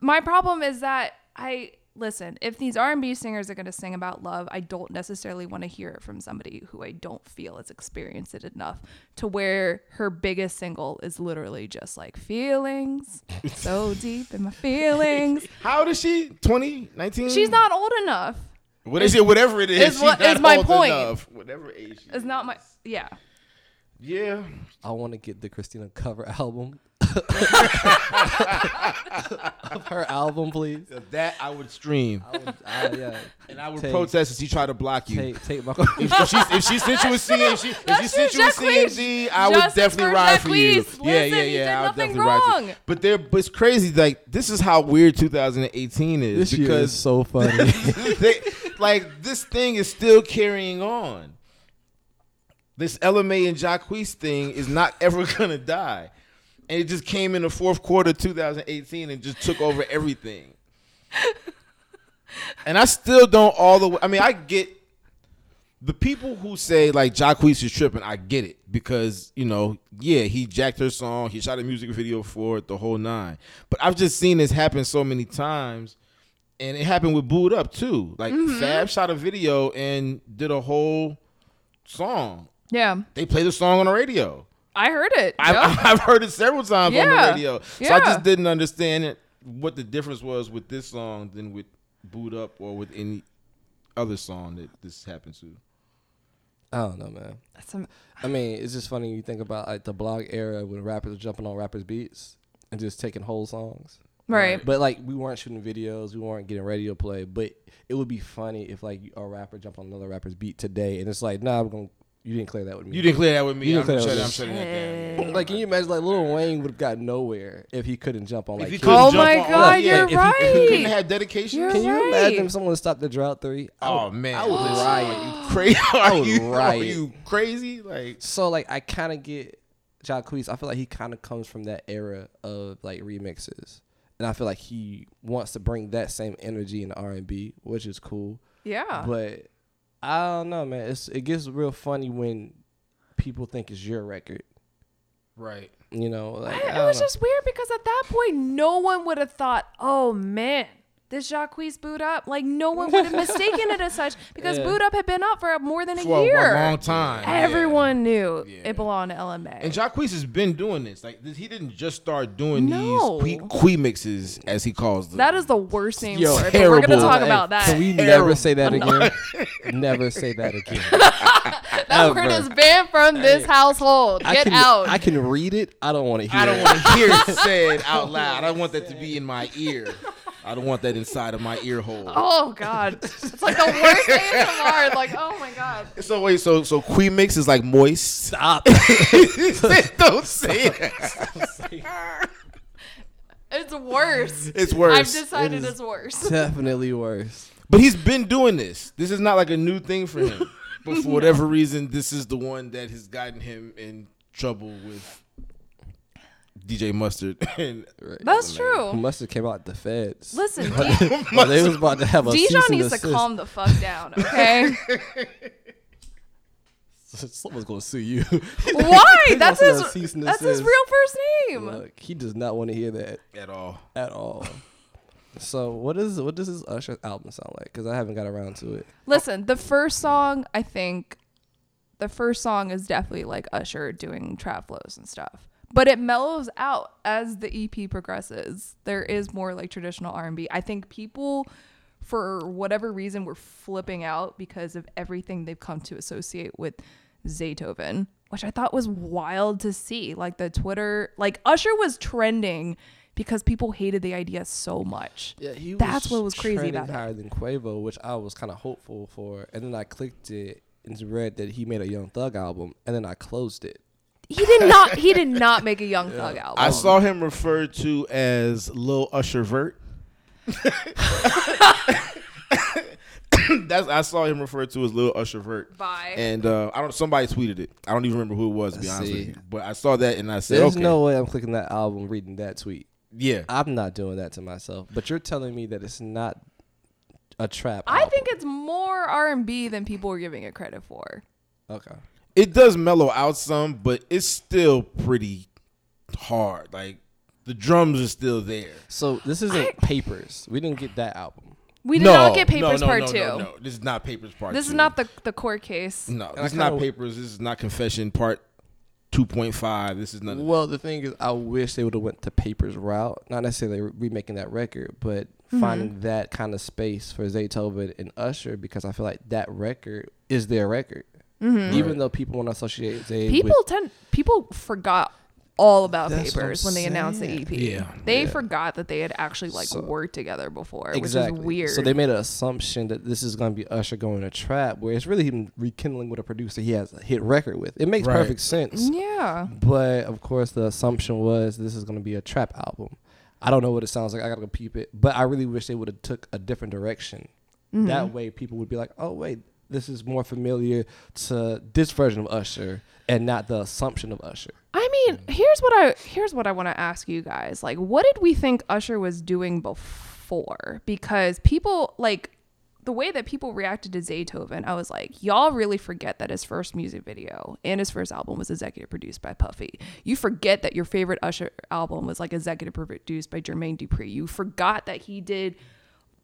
Speaker 2: My problem is that I listen, if these R&B singers are going to sing about love, I don't necessarily want to hear it from somebody who I don't feel has experienced it enough to where her biggest single is literally just like feelings, so deep in my feelings.
Speaker 1: How old is she? 20? 19?
Speaker 2: She's not old enough.
Speaker 1: What is it? Whatever it is.
Speaker 2: is
Speaker 1: she's
Speaker 2: what-
Speaker 1: not
Speaker 2: is my
Speaker 1: old
Speaker 2: point.
Speaker 1: enough. Whatever age. She
Speaker 2: It's not my yeah.
Speaker 1: Yeah.
Speaker 3: I want to get the Christina cover album of her album, please.
Speaker 1: That I would stream,
Speaker 3: I would, I, yeah,
Speaker 1: and I would
Speaker 3: Take-
Speaker 1: protest as she tried to block you.
Speaker 3: take take my.
Speaker 1: If, if she if she sent you a C if she if she
Speaker 2: That's
Speaker 1: sent
Speaker 2: true,
Speaker 1: you a
Speaker 2: Jacquees.
Speaker 1: CMD, I would
Speaker 2: Justice
Speaker 1: definitely
Speaker 2: for
Speaker 1: ride for you.
Speaker 2: Jacquees. Listen, you did nothing
Speaker 1: for
Speaker 2: wrong.
Speaker 1: you. But there, but it's crazy. Like this is how weird 2018 is
Speaker 3: this year is
Speaker 1: because
Speaker 3: so funny.
Speaker 1: they, like this thing is still carrying on. This LMA and Jacquees thing is not ever gonna die, and it just came in the fourth quarter 2018 and just took over everything. And I still don't all the way. I mean, I get the people who say like Jacquees is tripping. I get it because you know, yeah, he jacked her song, he shot a music video for it, the whole nine. But I've just seen this happen so many times, and it happened with Booed Up too. Like
Speaker 2: Mm-hmm.
Speaker 1: Fab shot a video and did a whole song.
Speaker 2: Yeah.
Speaker 1: They play the song on the radio.
Speaker 2: I heard it.
Speaker 1: I've,
Speaker 2: Yup.
Speaker 1: I've heard it several times on
Speaker 2: Yeah.
Speaker 1: the radio. So I
Speaker 2: Yeah.
Speaker 1: just didn't understand it, what the difference was with this song than with Boot Up or with any other song that this happened to.
Speaker 3: I don't know, man.
Speaker 2: Some-
Speaker 3: I mean, it's just funny you think about like the blog era when rappers were jumping on rappers' beats and just taking whole songs.
Speaker 2: Right.
Speaker 3: But like we weren't shooting videos, we weren't getting radio play. But it would be funny if like a rapper jumped on another rapper's beat today, and it's like, nah, I'm gonna you didn't clear that with me.
Speaker 1: You didn't clear that with me.
Speaker 3: You
Speaker 1: I'm
Speaker 3: didn't
Speaker 1: shutting,
Speaker 3: clear that
Speaker 1: I'm
Speaker 3: with
Speaker 1: shutting that down.
Speaker 3: Like, can you imagine? Like, Lil Wayne would have got nowhere if he couldn't jump on. Like,
Speaker 1: If you
Speaker 3: Kid-
Speaker 1: couldn't
Speaker 2: Oh
Speaker 1: jump
Speaker 2: my
Speaker 1: on-
Speaker 2: God,
Speaker 1: yeah,
Speaker 2: you're
Speaker 1: if you couldn't
Speaker 2: right.
Speaker 1: have dedication.
Speaker 2: You're
Speaker 3: can you
Speaker 2: right.
Speaker 3: imagine if someone stopped the drought three? I
Speaker 1: Oh
Speaker 3: would-
Speaker 1: man,
Speaker 3: I would riot.
Speaker 1: You crazy? Are
Speaker 3: would
Speaker 1: you,
Speaker 3: riot.
Speaker 1: are you crazy? Like
Speaker 3: So like, I kind of get Jacquees. I feel like he kind of comes from that era of like remixes, and I feel like he wants to bring that same energy in R and B, which is cool.
Speaker 2: yeah.
Speaker 3: But I don't know, man. It's it gets real funny when people think it's your record.
Speaker 1: right.
Speaker 3: You know, like I
Speaker 2: It
Speaker 3: don't
Speaker 2: was
Speaker 1: uh,
Speaker 3: know.
Speaker 2: just weird because at that point, no one would have thought, oh man, this Jacquees boot up. Like, no one would have mistaken it as such because boot up had been up for more than a
Speaker 1: For a-
Speaker 2: year.
Speaker 1: a long time. yeah.
Speaker 2: Everyone knew
Speaker 1: Yeah.
Speaker 2: it belonged to LMA.
Speaker 1: And Jacquees has been doing this. Like this, he didn't just start doing
Speaker 2: No.
Speaker 1: these que- que mixes as he calls them.
Speaker 2: that is the worst name
Speaker 1: Yo,
Speaker 2: for it. But we're going to
Speaker 1: terrible.
Speaker 2: talk
Speaker 3: Hey,
Speaker 2: about that.
Speaker 3: Can we never say that again? never say that again.
Speaker 2: that word
Speaker 3: ever.
Speaker 2: is banned from this household. Get
Speaker 3: can,
Speaker 2: out.
Speaker 3: I can read it. I don't want to hear.
Speaker 1: I don't
Speaker 3: it.
Speaker 1: want to hear it said out loud. I want that to be in my ear. I don't want that inside of my ear hole.
Speaker 2: oh God. It's like the worst ASMR. Like, oh my God.
Speaker 1: So wait, so so que mix is like moist.
Speaker 3: Stop.
Speaker 1: don't say it.
Speaker 2: It's worse.
Speaker 1: It's worse.
Speaker 2: I've decided
Speaker 3: It is-
Speaker 2: it's worse.
Speaker 3: Definitely worse.
Speaker 1: But he's been doing this. This is not like a new thing for him. But for whatever reason, this is the one that has gotten him in trouble with DJ Mustard. and
Speaker 2: That's true.
Speaker 3: Mustard came out the feds.
Speaker 2: Listen, D-
Speaker 3: Well, they was about to have a cease
Speaker 2: Dijon
Speaker 3: and
Speaker 2: needs to
Speaker 3: desist.
Speaker 2: calm the fuck down, okay?
Speaker 3: someone's gonna sue you.
Speaker 2: Why?
Speaker 3: They're
Speaker 2: That's
Speaker 3: gonna
Speaker 2: his.
Speaker 3: cease and
Speaker 2: That's his
Speaker 3: desist.
Speaker 2: real first name.
Speaker 3: Look, he does not want to hear that
Speaker 1: at all.
Speaker 3: at all. so what is what does this Usher album sound like? Because I haven't got around to it.
Speaker 2: Listen, the first song, I think, the first song is definitely like Usher doing trap flows and stuff. But it mellows out as the EP progresses. There is more like traditional R&B. I think people, for whatever reason, were flipping out because of everything they've come to associate with Zaytoven, which I thought was wild to see. Like the Twitter, like Usher was trending because people hated the idea so much.
Speaker 3: he
Speaker 2: That's what was crazy
Speaker 3: trending
Speaker 2: about it.
Speaker 3: higher than Quavo, which I was kind of hopeful for, and then I clicked it and read that he made a Young Thug album, and then I closed it.
Speaker 2: He did not. He did not make a Young Thug album.
Speaker 1: I saw him referred to as Lil Usher Vert. That's I saw him referred to as Lil Usher Vert.
Speaker 2: Bye.
Speaker 1: And uh, I don't. Somebody tweeted it. I don't even remember who it was. To be
Speaker 3: I
Speaker 1: honest
Speaker 3: see.
Speaker 1: with you, but I saw that and I said,
Speaker 3: There's
Speaker 1: "Okay,
Speaker 3: no way I'm clicking that album, reading that tweet.
Speaker 1: yeah."
Speaker 3: I'm not doing that to myself. But you're telling me that it's not a trap.
Speaker 2: I
Speaker 3: album.
Speaker 2: think it's more R and B than people are giving it credit for.
Speaker 3: okay.
Speaker 1: it does mellow out some, but it's still pretty hard. Like the drums are still there.
Speaker 3: So this isn't Papers. We didn't get that album.
Speaker 2: We did not get Papers
Speaker 1: no, no,
Speaker 2: Part
Speaker 1: no,
Speaker 2: Two.
Speaker 1: No, no, this is not Papers Part
Speaker 2: This
Speaker 1: Two.
Speaker 2: is not the the court case.
Speaker 1: No,
Speaker 3: I
Speaker 1: this is not
Speaker 3: kinda-
Speaker 1: Papers. This is not Confession Part Two Point Five. This is none. Of
Speaker 3: Well, the thing is, I wish they would have went the Papers route. Not necessarily remaking that record, but
Speaker 2: Mm-hmm.
Speaker 3: finding that kind of space for Zaytoven and Usher because I feel like that record is their record. Even though people want to associate Zay
Speaker 2: Mm-hmm. People
Speaker 3: with
Speaker 2: tend people forgot all about
Speaker 3: That's what I'm
Speaker 2: Papers when they announced the
Speaker 3: saying.
Speaker 2: EP.
Speaker 1: Yeah,
Speaker 2: they forgot that they had actually like
Speaker 3: So-
Speaker 2: worked together before,
Speaker 3: exactly.
Speaker 2: which is weird.
Speaker 3: So they made an assumption that this is going to be Usher going to trap, where it's really him rekindling with a producer he has a hit record with. It makes
Speaker 1: Right.
Speaker 3: perfect sense.
Speaker 2: yeah.
Speaker 3: But of course, the assumption was this is going to be a trap album. I don't know what it sounds like. I gotta go peep it. But I really wish they would have took a different direction. That way, people would be like, "Oh wait, this is more familiar to this version of Usher, and not the assumption of Usher."
Speaker 2: I mean,
Speaker 3: Mm.
Speaker 2: here's what I here's what I want to ask you guys. Like, what did we think Usher was doing before? Because people like the way that people reacted to Zaytoven, I was like, y'all really forget that his first music video and his first album was executive produced by Puffy. You forget that your favorite Usher album was like executive produced by Jermaine Dupri. You forgot that he did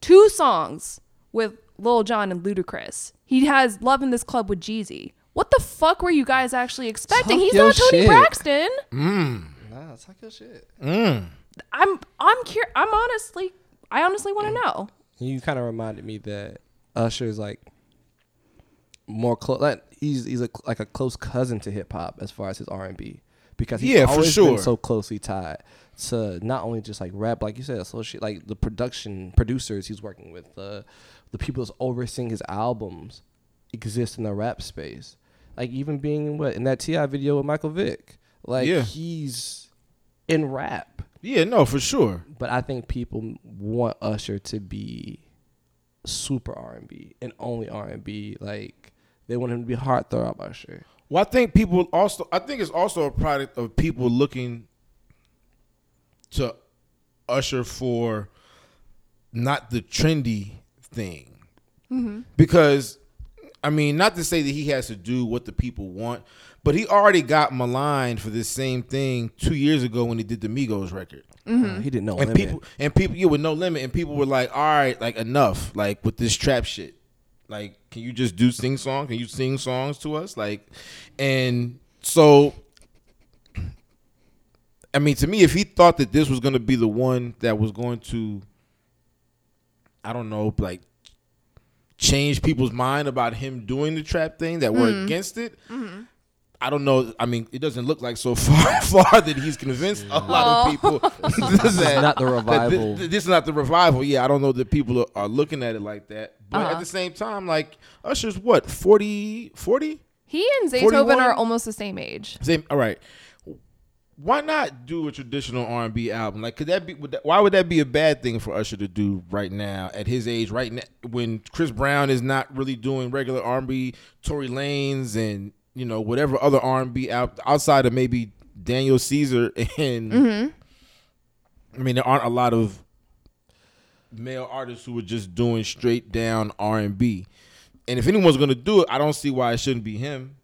Speaker 2: two songs with Lil Jon and Ludacris. He has Love in This Club with Jeezy. What the fuck were you guys actually expecting?
Speaker 3: Talk
Speaker 2: He's
Speaker 3: your
Speaker 2: not Tony
Speaker 3: shit.
Speaker 2: Braxton.
Speaker 3: Nah, talk your shit.
Speaker 2: I'm I'm cur- I'm honestly I honestly want to know.
Speaker 3: You kind of reminded me that Usher is like more close. Like he's he's a, like a close cousin to hip hop as far as his R and B because he's
Speaker 1: Yeah, for
Speaker 3: always
Speaker 1: sure.
Speaker 3: been so closely tied to not only just like rap, like you said, associate like the production producers he's working with, the the people that's overseeing his albums exist in the rap space. Like even being in what in that Ti video with Michael Vick, like
Speaker 1: Yeah.
Speaker 3: he's in rap.
Speaker 1: Yeah, no, for sure.
Speaker 3: But I think people want Usher to be super R and B and only R and B. Like they want him to be heartthrob Usher.
Speaker 1: Well, I think people also. I think it's also a product of people looking to Usher for not the trendy thing, because I mean, not to say that he has to do what the people want, but he already got maligned for this same thing two years ago when he did the Migos record.
Speaker 2: Mm-hmm.
Speaker 3: Uh, he didn't know
Speaker 1: And
Speaker 3: limit.
Speaker 1: people and people you with no limit and people were like, all right, like enough, like with this trap shit. Like, can you just do sing song? Can you sing songs to us? Like, and so, I mean, to me, if he thought that this was going to be the one that was going to, I don't know, like change people's mind about him doing the trap thing that were against it. I don't know. I mean, it doesn't look like so far far that he's convinced a lot of people. this
Speaker 3: is not the revival.
Speaker 1: This, is not the revival. Yeah, I don't know that people are, are looking at it like that. But at the same time, like Usher's what 40, 40?
Speaker 2: He and Zaytoven
Speaker 1: 41?
Speaker 2: are almost the same age.
Speaker 1: Same. All right. Why not do a traditional R and B album? Like, could that be? Would that, why would that be a bad thing for Usher to do right now at his age? Right now, when Chris Brown is not really doing regular R and B, Tory Lanez, and you know whatever other R and B out outside of maybe Daniel Caesar and. I mean, there aren't a lot of male artists who are just doing straight down R and B, and if anyone's gonna do it, I don't see why it shouldn't be him.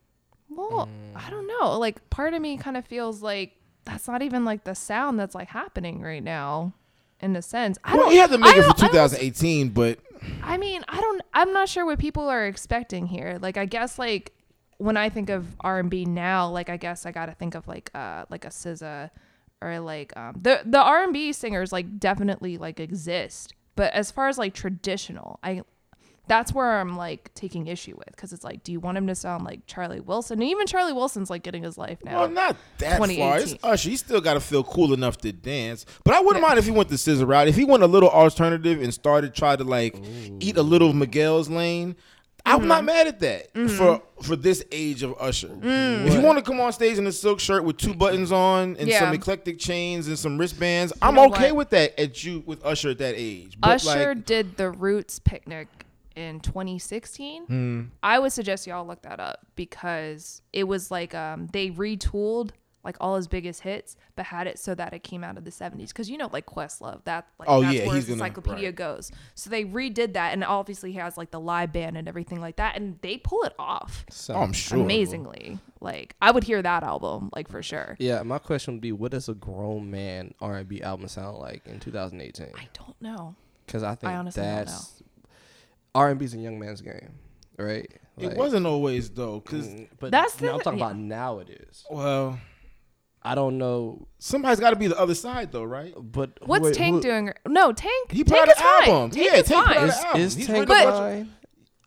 Speaker 2: all I don't know. Like part of me kind of feels like that's not even like the sound that's like happening right now. In a sense, I
Speaker 1: Well,
Speaker 2: don't.
Speaker 1: he had to make
Speaker 2: I
Speaker 1: it for
Speaker 2: don't- I don't
Speaker 1: 2018, but
Speaker 2: I mean, I don't. I'm not sure what people are expecting here. Like, I guess like when I think of R and B now, like I guess I gotta think of like uh like a SZA or like um the the R and B singers like definitely like exist. But as far as like traditional, I that's where I'm like taking issue with because it's like, do you want him to sound like Charlie Wilson? And even Charlie Wilson's like getting his life now.
Speaker 1: well, not that far. It's
Speaker 2: 2018.
Speaker 1: Usher. He still got to feel cool enough to dance. But I wouldn't mind if he went the scissor route. If he went a little alternative and started try to like eat a little of Miguel's lane. I'm
Speaker 2: Mm-hmm.
Speaker 1: not mad at that for for this age of Usher. If you want to come on stage in a silk shirt with two buttons on and some
Speaker 2: Mm. Yeah.
Speaker 1: eclectic chains and some wristbands, I'm
Speaker 2: know
Speaker 1: okay
Speaker 2: what?
Speaker 1: with that at you with Usher at that age. But
Speaker 2: Usher
Speaker 1: like,
Speaker 2: did the Roots picnic in 2016.
Speaker 1: Hmm.
Speaker 2: I would suggest y'all look that up because it was like um, they retooled like all his biggest hits, but had it so that it came out of the 70s. Because you know, like Questlove, that like
Speaker 1: Oh,
Speaker 2: that's
Speaker 1: yeah,
Speaker 2: where
Speaker 1: he's
Speaker 2: his
Speaker 1: gonna-
Speaker 2: encyclopedia
Speaker 1: right.
Speaker 2: goes. So they redid that, and obviously he has like the live band and everything like that, and they pull it off
Speaker 1: oh, I'm sure.
Speaker 2: amazingly. Like I would hear that album like for sure.
Speaker 3: Yeah, my question would be, what does a grown man R and B album sound like in 2018?
Speaker 2: I don't know.
Speaker 3: Because I think
Speaker 2: honestly don't
Speaker 3: that's R and B's a young man's game, right?
Speaker 1: It
Speaker 3: Like,
Speaker 1: wasn't always though, because
Speaker 3: mm, But
Speaker 2: That's
Speaker 3: that's
Speaker 2: the-
Speaker 3: I'm talking
Speaker 2: yeah.
Speaker 3: about now. It is.
Speaker 1: well,
Speaker 3: I don't know,
Speaker 1: somebody's got to be the other side though, right?
Speaker 3: but who-
Speaker 2: What's
Speaker 3: who-
Speaker 2: Tank doing? No, Tank.
Speaker 1: He
Speaker 2: Tank
Speaker 1: brought
Speaker 2: is
Speaker 1: an
Speaker 2: fine.
Speaker 1: album.
Speaker 2: Tank
Speaker 1: Yeah,
Speaker 2: is
Speaker 1: Tank brought
Speaker 2: fine.
Speaker 1: an
Speaker 3: Is,
Speaker 1: album?
Speaker 3: is
Speaker 1: He's
Speaker 3: Tank
Speaker 1: written a
Speaker 3: fine?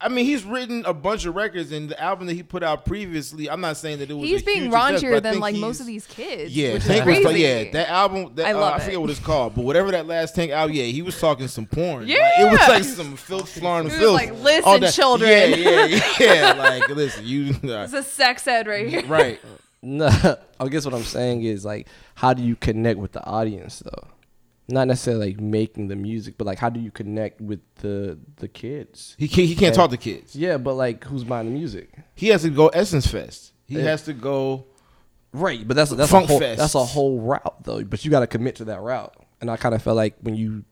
Speaker 1: I mean, he's written a bunch of records, and the album that he put out previously. I'm not saying that it was.
Speaker 2: he's
Speaker 1: a
Speaker 2: being
Speaker 1: huge success, but I
Speaker 2: raunchier than
Speaker 1: think
Speaker 2: like
Speaker 1: he's-
Speaker 2: most of these kids.
Speaker 1: Yeah,
Speaker 2: which is
Speaker 1: Tank was
Speaker 2: crazy.
Speaker 1: talk- yeah, that album. That,
Speaker 2: I
Speaker 1: I
Speaker 2: love
Speaker 1: uh, I
Speaker 2: it.
Speaker 1: forget what it's called, but whatever that last Tank album. Yeah, he was talking some porn. Like, it
Speaker 2: Yeah.
Speaker 1: was like some filth, flarn,
Speaker 2: was
Speaker 1: filth.
Speaker 2: like, "Listen,
Speaker 1: all that-
Speaker 2: children."
Speaker 1: Yeah, yeah, yeah. like, listen, you. uh,
Speaker 2: it's a sex ed right here.
Speaker 1: right.
Speaker 3: No, I guess what I'm saying is like, how do you connect with the audience though? Not necessarily like making the music, but like, how do you connect with the the kids?
Speaker 1: He can't, he can't
Speaker 3: Yeah.
Speaker 1: talk to kids.
Speaker 3: Yeah, but like, who's buying the music?
Speaker 1: He has to go Essence Fest. He
Speaker 3: Yeah.
Speaker 1: has to go.
Speaker 3: Right, but that's that's
Speaker 1: Funk
Speaker 3: a whole,
Speaker 1: fest.
Speaker 3: that's a whole route though. But you got to commit to that route, and I kind of felt like when you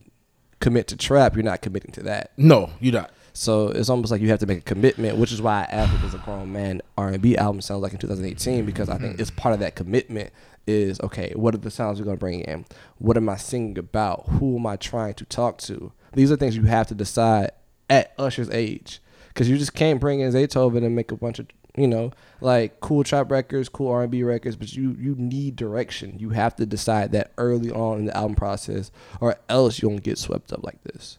Speaker 3: commit to trap, you're not committing to that.
Speaker 1: No, you're not.
Speaker 3: So it's almost like you have to make a commitment, which is why I asked what does a grown man R and B album sounds like in 2018 because I think it's part of that commitment is okay, what are the sounds we're gonna bring in? What am I singing about? Who am I trying to talk to? These are things you have to decide at Usher's age because you just can't bring in Beethoven and make a bunch of you know like cool trap records, cool R and B records, but you you need direction. You have to decide that early on in the album process, or else you will get swept up like this.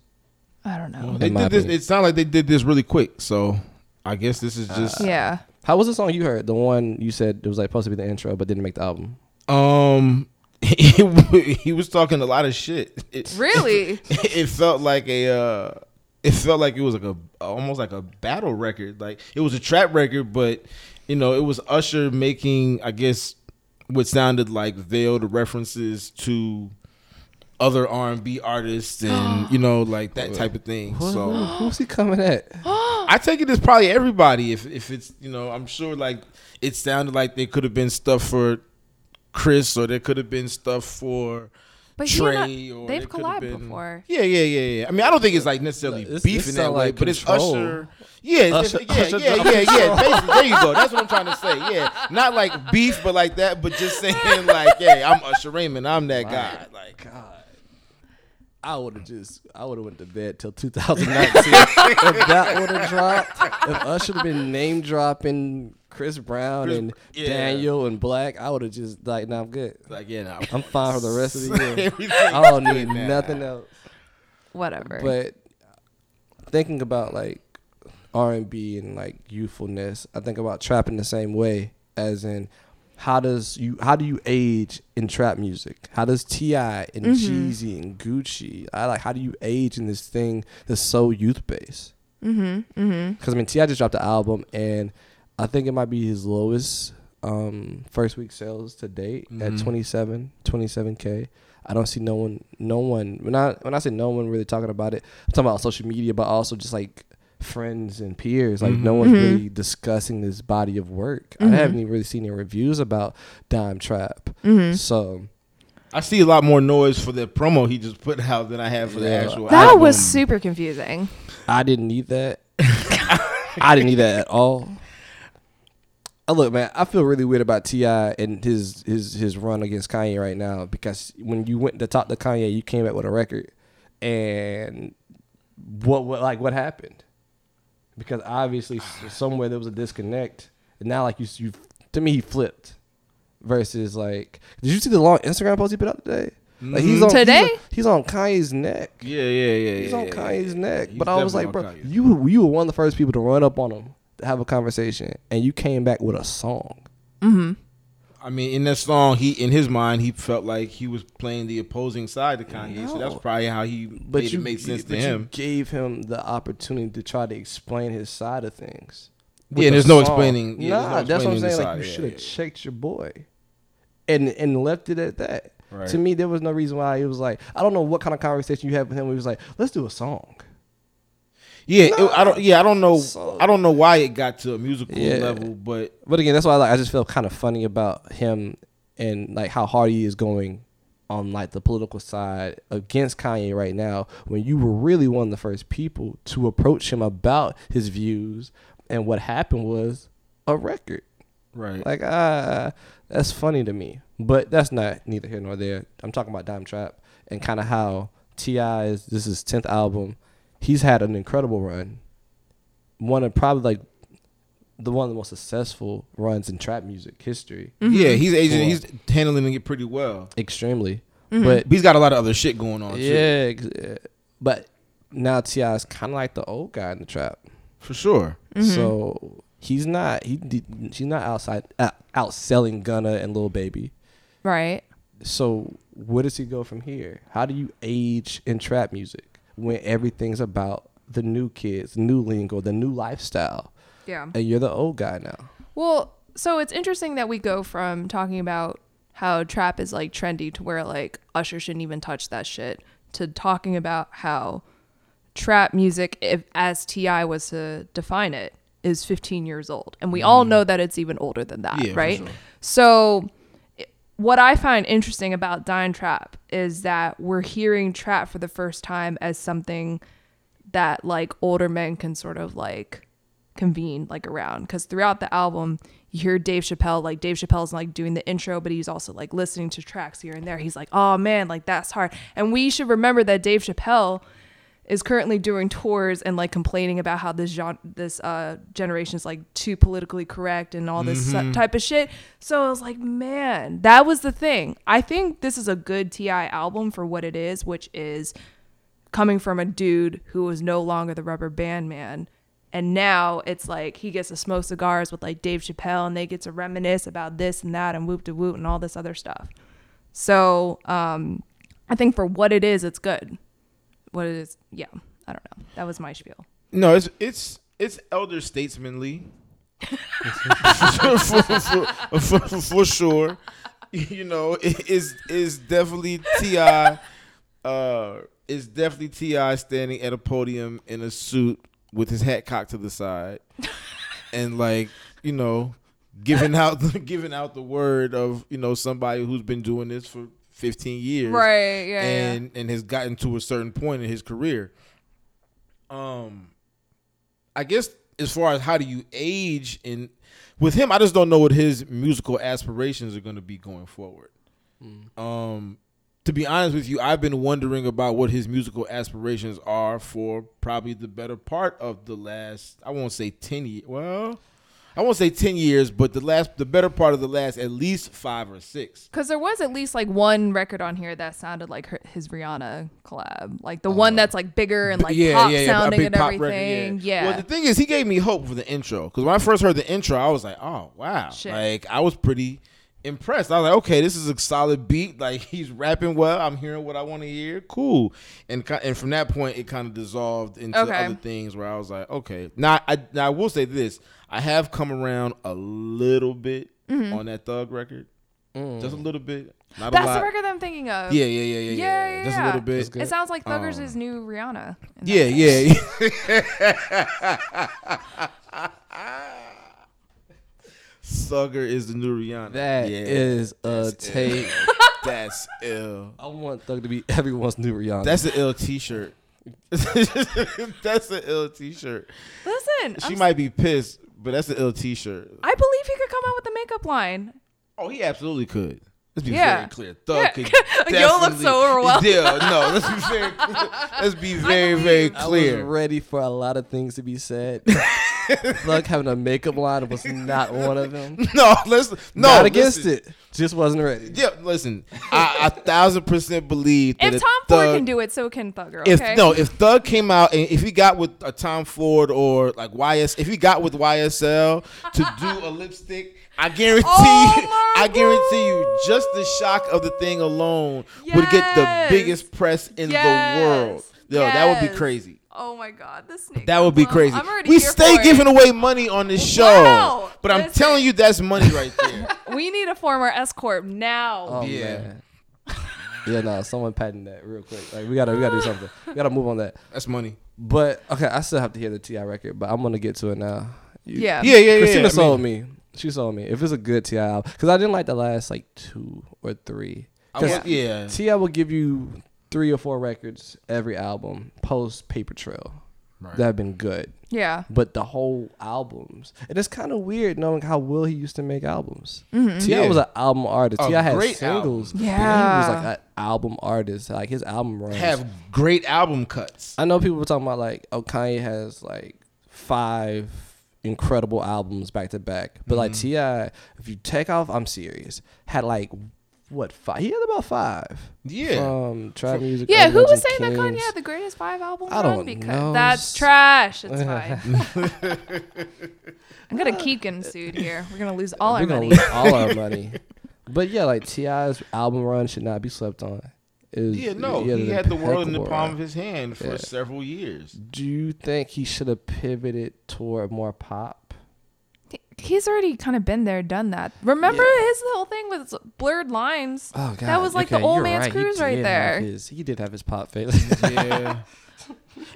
Speaker 2: I don't know.
Speaker 1: They
Speaker 3: In my
Speaker 1: did this.
Speaker 3: opinion.
Speaker 1: It sounded like they did this really quick. So I guess this is
Speaker 3: Uh,
Speaker 1: just.
Speaker 2: yeah.
Speaker 3: How was the song you heard? The one you said it was like supposed to be the intro, but didn't make the album.
Speaker 1: Um, he was talking a lot of shit. It,
Speaker 2: Really?
Speaker 1: it felt like a. Uh, it felt like it was like a almost like a battle record. Like it was a trap record, but you know it was Usher making I guess what sounded like veiled references to other R and B artists and you know like that type of thing. So
Speaker 3: Who's he coming at?
Speaker 1: I take it as probably everybody. If if it's you know, I'm sure like it sounded like there could have been stuff for Chris, or there could have been stuff for
Speaker 2: But he
Speaker 1: Trey.
Speaker 2: and I-
Speaker 1: or
Speaker 2: they've
Speaker 1: there could have
Speaker 2: collabed
Speaker 1: been-
Speaker 2: before.
Speaker 1: Yeah, yeah, yeah, yeah. I mean, I don't think it's like necessarily
Speaker 3: Look, this-
Speaker 1: beef
Speaker 3: this
Speaker 1: in that
Speaker 3: sound
Speaker 1: way,
Speaker 3: like
Speaker 1: but it's
Speaker 3: Control.
Speaker 1: Usher. Yeah, it's-
Speaker 3: Usher-
Speaker 1: yeah,
Speaker 3: Usher
Speaker 1: yeah,
Speaker 3: dropped
Speaker 1: yeah, yeah. Basically, there you go. That's what I'm trying to say. Yeah, not like beef, but like that. But just saying, like, yeah, I'm Usher Raymond. I'm that guy. Like,
Speaker 3: I would have just, I would have went to bed till 2019. if that would have dropped, if Usher would have been name dropping Chris Brown
Speaker 1: Chris-
Speaker 3: and
Speaker 1: yeah.
Speaker 3: Daniel and Black, I would have just like, nah, I'm good.
Speaker 1: like yeah, nah,
Speaker 3: I'm fine for the rest of the year.
Speaker 1: everything.
Speaker 3: I don't need nothing else.
Speaker 2: Whatever.
Speaker 3: But thinking about like R and B and like youthfulness, I think about trap in the same way. As in, how does you how do you age in trap music? How does Ti and Jeezy and Gucci? I like how do you age in this thing that's so youth based? Mm-hmm. Because I mean, Ti just dropped the album, and I think it might be his lowest um, first week sales to date at 27, 27 k. I don't see no one, no one. When I when I say no one really talking about it, I'm talking about social media, but also just like friends and peers. Like no one's really discussing this body of work. I haven't even really seen any reviews about Dime Trap. So
Speaker 1: I see a lot more noise for the promo he just put out than I have for the
Speaker 3: Yeah.
Speaker 1: actual.
Speaker 2: that
Speaker 1: album.
Speaker 2: was super confusing.
Speaker 3: I didn't need that. I didn't need that at all. Uh, look, man, I feel really weird about Ti and his his his run against Kanye right now because when you went to talk to Kanye, you came back with a record, and what what like what happened? Because obviously s- somewhere there was a disconnect, and now like you s- you to me he flipped. Versus like, did you see the long Instagram post he put out today? Like he's on he's
Speaker 2: Today?
Speaker 3: on- he's on Kanye's neck.
Speaker 1: Yeah, yeah, yeah.
Speaker 3: He's
Speaker 1: yeah,
Speaker 3: on
Speaker 1: yeah,
Speaker 3: Kanye's
Speaker 1: yeah.
Speaker 3: neck.
Speaker 1: He's
Speaker 3: but I was like,
Speaker 1: definitely
Speaker 3: bro,
Speaker 1: on Kanye's neck.
Speaker 3: you you were one of the first people to run up on him to have a conversation, and you came back with a song.
Speaker 1: I mean, in that song, he in his mind, he felt like he was playing the opposing side to Kanye. So that's
Speaker 3: know.
Speaker 1: probably how he
Speaker 3: But
Speaker 1: made
Speaker 3: you
Speaker 1: it make sense
Speaker 3: but
Speaker 1: to
Speaker 3: you
Speaker 1: him.
Speaker 3: gave him the opportunity to try to explain his side of things.
Speaker 1: Yeah,
Speaker 3: with
Speaker 1: and
Speaker 3: a
Speaker 1: there's no
Speaker 3: song.
Speaker 1: explaining- yeah,
Speaker 3: nah,
Speaker 1: there's no
Speaker 3: that's what I'm
Speaker 1: explaining
Speaker 3: saying.
Speaker 1: the
Speaker 3: Like
Speaker 1: side.
Speaker 3: you
Speaker 1: Yeah,
Speaker 3: should have
Speaker 1: yeah, yeah.
Speaker 3: checked your boy, and and left it at that.
Speaker 1: Right.
Speaker 3: To me, there was no reason why it was like I don't know what kind of conversation you had with him. Where he was like, let's do a song.
Speaker 1: Yeah, it- I don't. Yeah, I don't know.
Speaker 3: So-
Speaker 1: I don't know why it got to a musical
Speaker 3: Yeah.
Speaker 1: level, but
Speaker 3: But again, that's why like I just felt kind of funny about him and like how hard he is going on like the political side against Kanye right now when you were really one of the first people to approach him about his views and what happened was a record.
Speaker 1: right.
Speaker 3: Like ah that's funny to me. But that's not neither here nor there. I'm talking about Dime Trap and kind of how T.I. is this is 10th album. He's had an incredible run. One of probably like the one of the most successful runs in trap music history.
Speaker 1: Yeah, he's Asian.
Speaker 3: Cool.
Speaker 1: He's handling it pretty well.
Speaker 3: Extremely. But
Speaker 1: But he's got a lot of other shit going on. too,
Speaker 3: yeah, ex- but now T.I. is kind of like the old guy in the trap.
Speaker 1: for sure.
Speaker 3: So he's not he de- she's not outside uh, outselling Gunna and Lil Baby.
Speaker 2: right?
Speaker 3: so where does he go from here? How do you age in trap music when everything's about the new kids, new lingo, the new lifestyle,
Speaker 2: Yeah.
Speaker 3: and you're the old guy now?
Speaker 2: Well, so it's interesting that we go from talking about how trap is like trendy to where like Usher shouldn't even touch that shit to talking about how trap music, if as Ti was to define it, is 15 years old, and we all know that it's even older than that,
Speaker 1: Mm-hmm. Yeah, for
Speaker 2: right?
Speaker 1: sure.
Speaker 2: So what I find interesting about Dine Trap is that we're hearing trap for the first time as something that like older men can sort of like convene like around because throughout the album you hear Dave Chappelle like Dave Chappelle's like doing the intro but he's also like listening to tracks here and there he's like oh man like that's hard and we should remember that Dave Chappelle is currently doing tours and like complaining about how this genre, this uh, generation is like too politically correct and all this su- type of shit. So I was like, man, that was the thing. I think this is a good Ti album for what it is, which is coming from a dude who is no longer the rubber band man. And now it's like he gets to smoke cigars with like Dave Chappelle and they get to reminisce about this and that and whoop de woot and all this other stuff. So um, I think for what it is, it's good what it is yeah i don't know that was my spiel
Speaker 1: No, it's it's it's elder statesmanly. for, for, for- for- for sure, you know it is is definitely Ti. Uh, is definitely Ti standing at a podium in a suit with his hat cocked to the side, and like you know, giving out the, giving out the word of you know somebody who's been doing this for fifteen years,
Speaker 2: Right, yeah, yeah.
Speaker 1: and and has gotten to a certain point in his career. Um, I guess as far as how do you age in with him, I just don't know what his musical aspirations are going to be going forward.
Speaker 2: Hmm.
Speaker 1: Um, to be honest with you, I've been wondering about what his musical aspirations are for probably the better part of the last. I won't say ten years. Well, I won't say ten years, but the last, the better part of the last, at least five or six.
Speaker 2: because there was at least like one record on here that sounded like her, his rihanna collab like
Speaker 1: Oh,
Speaker 2: the one that's like bigger and like pop sounding and
Speaker 1: record,
Speaker 2: everything yeah
Speaker 1: Well, the thing is, he gave me hope for the intro because when I first heard the intro, I was like, "Oh wow!"
Speaker 2: Shit.
Speaker 1: Like I was pretty impressed. I was like, "Okay, this is a solid beat. Like he's rapping well. I'm hearing what I want to hear. Cool." And ki- and from that point, it kind of dissolved into
Speaker 2: Okay.
Speaker 1: other things where I was like, "Okay." Now I now I will say this: I have come around a little bit on that Thug record, just a little bit. Not a
Speaker 2: Mm-hmm. that's
Speaker 1: lot.
Speaker 2: the record that i'm thinking of
Speaker 1: Yeah, yeah, yeah, yeah,
Speaker 2: Yeah, yeah,
Speaker 1: Just a
Speaker 2: yeah.
Speaker 1: little bit.
Speaker 2: it sounds like thuggers is new rihanna in that
Speaker 1: Um, Yeah,
Speaker 2: way.
Speaker 1: yeah. Thugger is the new Rihanna.
Speaker 3: That
Speaker 1: yeah,
Speaker 3: is a tape.
Speaker 1: that's ill.
Speaker 3: I want Thug to be everyone's new Rihanna.
Speaker 1: That's an ill T-shirt. that's an ill T-shirt.
Speaker 2: listen
Speaker 1: She
Speaker 2: I'm-
Speaker 1: might be pissed, but that's an ill T-shirt.
Speaker 2: i believe he could come up with a makeup line.
Speaker 1: Oh, he absolutely could. Let's be
Speaker 2: Yeah.
Speaker 1: very clear. Thug
Speaker 2: Yeah.
Speaker 1: could
Speaker 2: Y'all look so
Speaker 1: definitely-
Speaker 2: overwhelmed.
Speaker 1: Yeah, no. Let's be very. Let's be very very
Speaker 3: I was
Speaker 1: clear.
Speaker 3: ready for a lot of things to be said. Thug having a makeup line was not one of them.
Speaker 1: No, let's no
Speaker 3: not against
Speaker 1: listen.
Speaker 3: it. Just wasn't ready.
Speaker 1: Yeah, listen. I a thousand percent believe that
Speaker 2: If
Speaker 1: if
Speaker 2: Tom
Speaker 1: Thug,
Speaker 2: Ford can do it, so can Thugger.
Speaker 1: If
Speaker 2: Okay.
Speaker 1: no, if Thug came out and if he got with a Tom Ford or like YS, if he got with YSL to do a lipstick, I guarantee,
Speaker 2: Oh
Speaker 1: you,
Speaker 2: my
Speaker 1: I guarantee you, just the shock of the thing alone would get the
Speaker 2: Yes.
Speaker 1: biggest press in
Speaker 2: Yes.
Speaker 1: the world. Yo, that would be
Speaker 2: Yes.
Speaker 1: crazy.
Speaker 2: Oh my God, this snake.
Speaker 1: That would be
Speaker 2: Well,
Speaker 1: crazy.
Speaker 2: I'm already
Speaker 1: We
Speaker 2: here
Speaker 1: stay
Speaker 2: for it.
Speaker 1: giving away money on this show,
Speaker 2: Wow.
Speaker 1: but I'm
Speaker 2: Listen.
Speaker 1: telling you, that's money right there.
Speaker 2: We need to form our S corp now.
Speaker 3: Oh,
Speaker 1: Yeah.
Speaker 3: man. yeah, no, someone patent that real quick. Like we gotta we gotta do something. We gotta move on that.
Speaker 1: that's money.
Speaker 3: But okay, I still have to hear the TI record, but I'm gonna get to it now. You-
Speaker 2: yeah.
Speaker 1: Yeah, yeah, yeah.
Speaker 3: Christina
Speaker 1: I mean,
Speaker 3: sold me. She sold me. If it's a good TI album, because I didn't like the last like two or three.
Speaker 1: I
Speaker 3: 'Cause
Speaker 1: want- yeah.
Speaker 3: TI will give you three or four records every album post Paper Trail
Speaker 1: Right.
Speaker 3: that have been good,
Speaker 2: Yeah.
Speaker 3: but the whole albums, and it's kind of weird knowing how well he used to make albums. Ti
Speaker 1: Yeah.
Speaker 3: was an album artist.
Speaker 1: A
Speaker 3: Ti had
Speaker 1: great
Speaker 3: singles.
Speaker 2: album.
Speaker 3: but he was
Speaker 2: Mm-hmm. Yeah.
Speaker 3: like an album artist. Like his album runs
Speaker 1: have great album cuts.
Speaker 3: I know people were talking about like, oh, Kanye has like five incredible albums back to back, but like Ti, if you take off, I'm serious, had like what five? He had about five.
Speaker 1: Yeah.
Speaker 3: Um, trap music.
Speaker 2: Yeah, who
Speaker 3: Unrigid
Speaker 2: was saying that Kanye
Speaker 3: Kings.
Speaker 2: had the greatest five album
Speaker 3: I
Speaker 2: run?
Speaker 3: don't
Speaker 2: Because
Speaker 3: know.
Speaker 2: that's trash. It's fine. I'm gonna keep getting sued here. We're gonna lose all our
Speaker 3: We're gonna
Speaker 2: money.
Speaker 3: lose all our money. But yeah, like Ti's album run should not be slept on. It was-
Speaker 1: Yeah, no,
Speaker 3: it was
Speaker 1: he had the world in the
Speaker 3: impeccable
Speaker 1: palm
Speaker 3: run.
Speaker 1: of his hand for
Speaker 3: Yeah.
Speaker 1: several years.
Speaker 3: Do you think he should have pivoted toward more pop?
Speaker 2: He's already kind of been there, done that. Remember his whole thing with blurred lines.
Speaker 3: Oh god,
Speaker 2: that was like
Speaker 3: okay,
Speaker 2: the old
Speaker 3: you're
Speaker 2: man's
Speaker 3: right. He
Speaker 2: cruise right
Speaker 3: did have
Speaker 2: there.
Speaker 3: his- he did have his pop face.
Speaker 1: Yeah.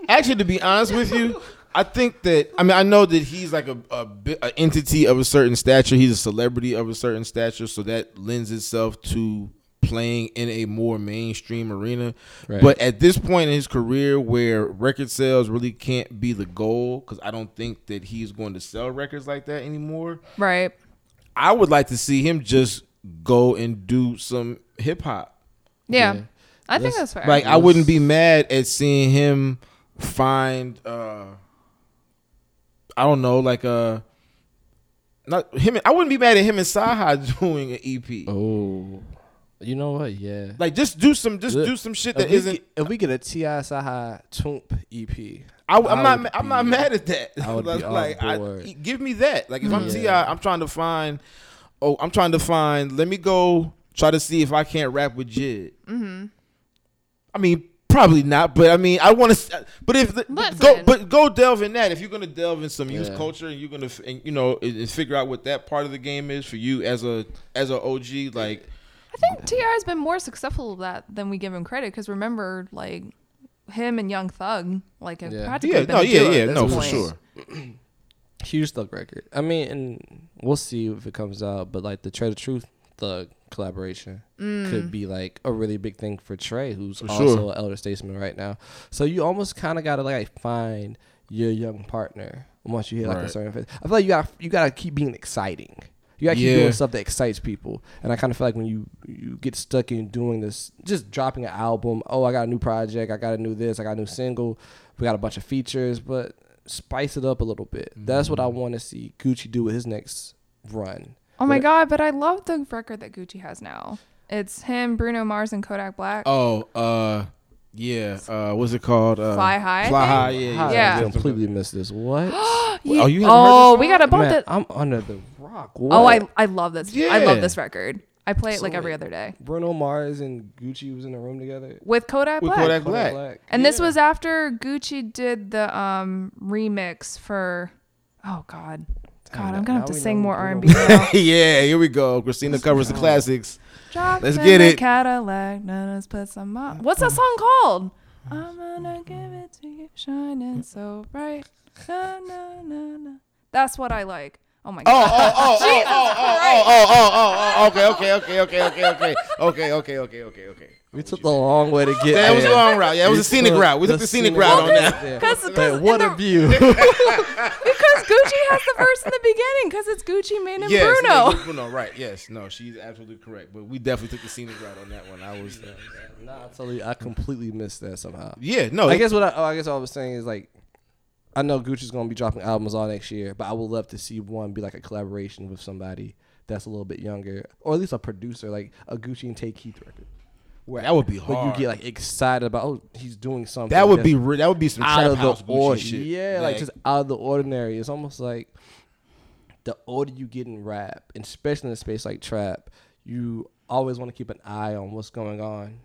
Speaker 1: Actually, to be honest with you, I think that I mean I know that he's like a, a, bi- a entity of a certain stature. He's a celebrity of a certain stature, so that lends itself to playing in a more mainstream arena.
Speaker 3: Right.
Speaker 1: But at this point in his career, where record sales really can't be the goal, because I don't think that he's going to sell records like that anymore.
Speaker 2: Right.
Speaker 1: I would like to see him just go and do some hip hop.
Speaker 2: Yeah.
Speaker 3: Yeah.
Speaker 2: I think that's
Speaker 3: Let's-
Speaker 2: fair.
Speaker 1: Like I wouldn't be mad at seeing him find uh I don't know, like uh not him and- I wouldn't be mad at him and Saha doing an EP.
Speaker 3: Oh, you know what? Yeah.
Speaker 1: Like just do some just
Speaker 3: Look,
Speaker 1: do some shit
Speaker 3: if
Speaker 1: that
Speaker 3: we,
Speaker 1: isn't
Speaker 3: get, if we get a E Ti Saha Toomp EP,
Speaker 1: I, I'm
Speaker 3: I
Speaker 1: not.
Speaker 3: would
Speaker 1: I'm not
Speaker 3: be-
Speaker 1: mad at that.
Speaker 3: I would be
Speaker 1: Like,
Speaker 3: on
Speaker 1: like, I-
Speaker 3: board.
Speaker 1: give me that. Like if I'm
Speaker 3: Yeah.
Speaker 1: Ti, I'm trying to find. Oh, I'm trying to find. Let me go try to see if I can't rap with Jid. Mm-hmm. I mean, probably not, but I mean, I want to. But if the, go,
Speaker 2: Listen.
Speaker 1: but go delve in that. If you're gonna delve in some youth
Speaker 3: Yeah.
Speaker 1: culture and you're gonna, f- and, you know, and, and figure out what that part of the game is for you as a as a OG, like
Speaker 2: I think TR has been more successful with that than we give him credit. Because remember, like him and Young Thug, like have
Speaker 3: Yeah.
Speaker 2: practically
Speaker 1: yeah,
Speaker 2: been
Speaker 1: no,
Speaker 2: a
Speaker 1: yeah,
Speaker 2: duo
Speaker 1: yeah,
Speaker 2: at this
Speaker 1: no, for
Speaker 2: point.
Speaker 1: sure.
Speaker 3: huge thug record. I mean, and we'll see if it comes out. But like the Trey the Truth thug collaboration could be like a really big thing for Trey, who's also
Speaker 1: Mm. sure.
Speaker 3: an elder statesman right now. So you almost kind of gotta like find your young partner once you hit like a
Speaker 1: Right.
Speaker 3: certain phase. I feel like you got you gotta keep being exciting. You gotta keep
Speaker 1: Yeah.
Speaker 3: doing stuff that excites people, and I kind of feel like when you you get stuck in doing this, just dropping an album. Oh, I got a new project. I got a new this. I got a new single. We got a bunch of features, but spice it up a little bit. That's what I
Speaker 1: Mm-hmm.
Speaker 3: want to see Gucci do with his next run.
Speaker 2: Oh my
Speaker 3: But-
Speaker 2: god, but I love the record that Gucci has now. It's him, Bruno Mars, and Kodak Black.
Speaker 1: Oh, uh, yeah. Uh, what's it called? Uh,
Speaker 2: Fly High, I
Speaker 1: Fly
Speaker 2: think?
Speaker 1: high. Yeah,
Speaker 3: How
Speaker 1: yeah.
Speaker 3: did
Speaker 2: Yeah.
Speaker 3: I completely missed this. What?
Speaker 2: Ye-
Speaker 1: oh, you haven't heard
Speaker 2: oh
Speaker 1: this
Speaker 2: we got to bump
Speaker 3: Man,
Speaker 2: it.
Speaker 3: I'm under the rock.
Speaker 2: Oh, I
Speaker 3: What?
Speaker 2: I love this. I love
Speaker 1: Yeah.
Speaker 2: this record. I play it
Speaker 3: So
Speaker 2: like every
Speaker 3: wait.
Speaker 2: other day
Speaker 3: Bruno Mars and Gucci was in a room together.
Speaker 2: with Kodak
Speaker 1: With
Speaker 2: Black.
Speaker 1: Kodak Black.
Speaker 3: Kodak
Speaker 2: And this was after Gucci did the um remix for. Oh God, God, I'm
Speaker 3: now
Speaker 2: gonna have to
Speaker 3: we
Speaker 2: sing
Speaker 3: know
Speaker 2: more
Speaker 3: Bruno
Speaker 2: R&B. now.
Speaker 1: yeah, here we go. Christina Oh, covers the classics.
Speaker 2: Dropped
Speaker 1: Let's
Speaker 2: in
Speaker 1: get
Speaker 2: the
Speaker 1: it.
Speaker 2: Cadillac, now let's put some
Speaker 3: Mm-hmm.
Speaker 2: on. What's that song called? I'm gonna give it to you, shining so bright. Na, na, na, na. That's what I like. Oh my
Speaker 1: Oh,
Speaker 2: God.
Speaker 1: oh, oh, oh, oh, oh, oh, oh, oh, oh, oh, okay, okay, okay, okay, okay, okay, okay, okay, okay, okay, okay.
Speaker 3: We took the long way to get
Speaker 1: That
Speaker 3: there.
Speaker 1: was a long route. Yeah, it was
Speaker 3: We
Speaker 1: a scenic
Speaker 3: took
Speaker 1: route. We took the scenic route on that.
Speaker 3: Yeah.
Speaker 2: Because
Speaker 3: Man, what a view.
Speaker 2: because Gucci has the verse in the beginning because it's Gucci Mane and
Speaker 1: Yes,
Speaker 2: Bruno.
Speaker 1: no, Bruno, right? Yes, no, she's absolutely correct. But we definitely took the scenic route on that one. I was, uh,
Speaker 3: nah, I totally, I completely missed that somehow.
Speaker 1: yeah, no,
Speaker 3: I guess what I, oh, I guess all I was saying is like, I know Gucci's gonna be dropping albums all next year, but I would love to see one be like a collaboration with somebody that's a little bit younger, or at least a producer, like a Gucci and Tay Keith record. Where
Speaker 1: That would be
Speaker 3: Where you
Speaker 1: hard.
Speaker 3: get like excited about oh he's doing something.
Speaker 1: that would
Speaker 3: that's
Speaker 1: be re- that would be some
Speaker 3: out
Speaker 1: trap
Speaker 3: of the
Speaker 1: house
Speaker 3: or-
Speaker 1: Gucci shit.
Speaker 3: Yeah, like, just out of the ordinary. It's almost like the older you get in rap, and especially in a space like trap, you always want to keep an eye on what's going on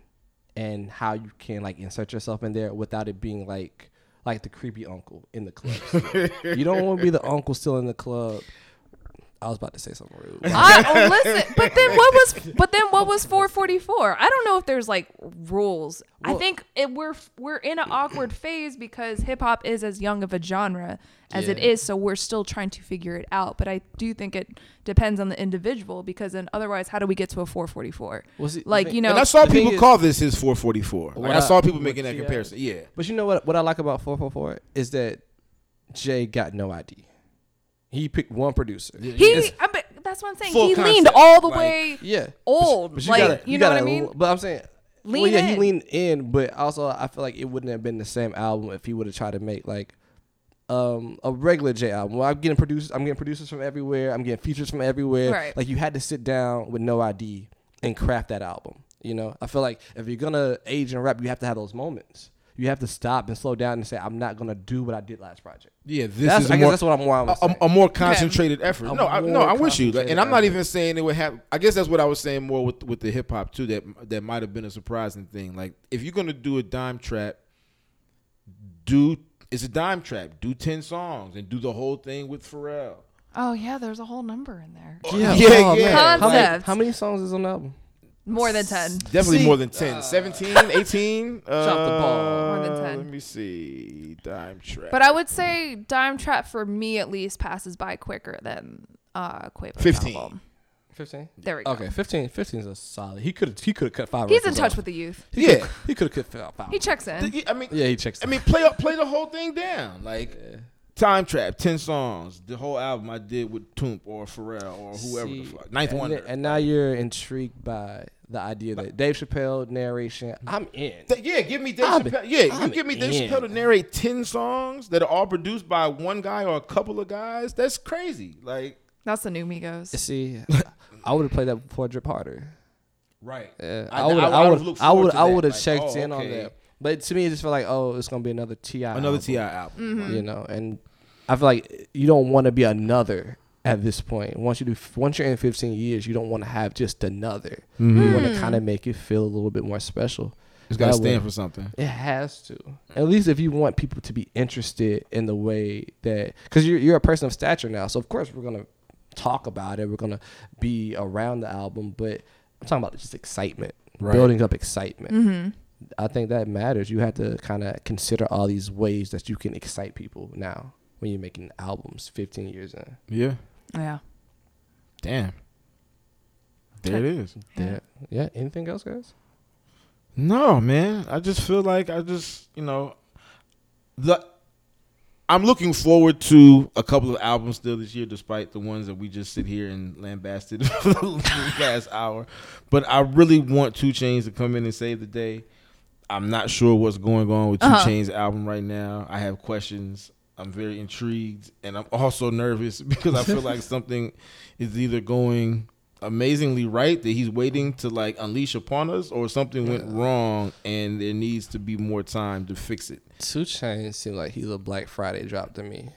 Speaker 3: and how you can like insert yourself in there without it being like like the creepy uncle in the club. still. you don't want to be the uncle still in the club. I was about to say something rude. but
Speaker 2: I, oh, listen, but then what was but then what was 444? I don't know if there's like rules. I think it, we're we're in an awkward phase because hip hop is as young of a genre as it
Speaker 3: Yeah.
Speaker 2: is, so we're still trying to figure it out. But I do think it depends on the individual because then otherwise, how do we get to a 444?
Speaker 3: Well, see, the
Speaker 2: like
Speaker 3: thing-
Speaker 2: you know,
Speaker 1: and I saw
Speaker 3: the thing
Speaker 1: people
Speaker 3: is-
Speaker 1: call this his 444. Like,
Speaker 3: What
Speaker 1: I
Speaker 3: I-
Speaker 1: saw people
Speaker 3: what
Speaker 1: making that
Speaker 3: she
Speaker 1: comparison. Yeah,
Speaker 3: But you know what? What I like about 444 is that Jay got no ID. He picked one producer.
Speaker 2: he.
Speaker 3: It's-
Speaker 2: I, but that's what I'm saying.
Speaker 1: Full
Speaker 2: He leaned
Speaker 1: concept,
Speaker 2: all the
Speaker 1: like-
Speaker 2: way
Speaker 3: yeah,
Speaker 2: old. like you know what I
Speaker 3: gotta-
Speaker 2: mean?
Speaker 3: But I'm saying, lean well,
Speaker 2: Lean
Speaker 3: yeah, he
Speaker 2: in.
Speaker 3: leaned in, but also I feel like it wouldn't have been the same album if he would have tried to make like um a regular J album. Well, I'm getting producers, I'm getting producers from everywhere, I'm getting features from everywhere.
Speaker 2: Right.
Speaker 3: Like you had to sit down with no ID and craft that album. You know, I feel like if you're gonna age and rap, you have to have those moments. You have to stop and slow down and say, "I'm not gonna do what I did last project."
Speaker 1: yeah. This
Speaker 3: That's,
Speaker 1: is
Speaker 3: I
Speaker 1: a
Speaker 3: guess
Speaker 1: more,
Speaker 3: that's what I'm. Why I'm
Speaker 1: a, a-
Speaker 3: saying.
Speaker 1: a more concentrated effort.
Speaker 3: A
Speaker 1: no, I, no,
Speaker 3: more
Speaker 1: I'm with you, Like, and I'm not
Speaker 3: concentrated
Speaker 1: even saying it would happen. I guess that's what I was saying more with with the hip hop too. That that might have been a surprising thing. Like if you're gonna do a dime trap, do it's a dime trap. Do ten songs and do the whole thing with Pharrell.
Speaker 2: Oh yeah, there's a whole number in there.
Speaker 1: Yeah, yeah.
Speaker 2: Concept.
Speaker 3: How many, how many songs is on the album?
Speaker 2: More than ten.
Speaker 1: Definitely
Speaker 3: See,
Speaker 1: more than 10. 17, 18? Uh,
Speaker 3: ball.
Speaker 2: More than 10.
Speaker 1: Let me see. Dime trap.
Speaker 2: But I would say Dime Trap for me at least passes by quicker than uh Quavo's
Speaker 1: 15.
Speaker 2: album.
Speaker 3: Fifteen.
Speaker 2: There we go.
Speaker 3: Okay, 15, 15 is a solid. He could he could have cut five.
Speaker 2: He's in
Speaker 3: records
Speaker 2: touch
Speaker 3: off.
Speaker 2: with the youth.
Speaker 3: He coulda-
Speaker 1: Yeah.
Speaker 3: he could have cut five. five.
Speaker 2: He checks in.
Speaker 1: I mean,
Speaker 3: yeah, he checks.
Speaker 1: I mean, play up, play the whole thing down. Like time trap, ten songs, the whole album I did with Toomp or Pharrell or whoever the
Speaker 3: See,
Speaker 1: fuck. Ninth
Speaker 3: and,
Speaker 1: Wonder.
Speaker 3: then- and now you're intrigued by the idea that Dave Chappelle narration. I'm in.
Speaker 1: Th- yeah, give me Dave
Speaker 3: I'm-
Speaker 1: Chappelle. Yeah,
Speaker 3: I'm
Speaker 1: you give me Dave
Speaker 3: in.
Speaker 1: Chappelle to narrate ten songs that are all produced by one guy or a couple of guys. That's crazy. Like,
Speaker 2: That's the new Migos.
Speaker 3: See, I would have played that before Drip Harder.
Speaker 1: right?
Speaker 3: Yeah, I would I would I would I would have checked in on that. But to me, it just felt like oh, it's gonna be another Ti.
Speaker 1: Another
Speaker 3: album. Mm-hmm.
Speaker 1: Ti album.
Speaker 3: you know and i feel like you don't want to be another at this point once you do once you're in 15 years you don't want to have just another you want to kind of make it feel a little bit more special
Speaker 1: Mm. It's got to
Speaker 3: That way-
Speaker 1: stand for something.
Speaker 3: it has to at least if you want people to be interested in the way that because you're, you're a person of stature now so of course we're gonna talk about it we're gonna be around the album but i'm talking about just excitement
Speaker 1: Right.
Speaker 3: building up excitement
Speaker 2: Mm-hmm.
Speaker 3: I think that matters. You have to kind of consider all these ways that you can excite people now when you're making albums 15 years in.
Speaker 1: Yeah.
Speaker 2: Yeah.
Speaker 1: Damn. There it is.
Speaker 3: Yeah. Yeah. Anything else, guys?
Speaker 1: No, man. I just feel like I just, you know, the I'm looking forward to a couple of albums still this year, despite the ones that we just sit here and lambasted for the last hour. But I really want Two Chains to come in and save the day. I'm not sure what's going on with 2
Speaker 2: Uh-huh.
Speaker 1: Chains album right now. I have questions. I'm very intrigued, and I'm also nervous because I feel like something is either going amazingly right that he's waiting to like unleash upon us, or something went wrong, and there needs to be more time to fix it.
Speaker 3: Two Chains seemed like he's a Black Friday drop to me.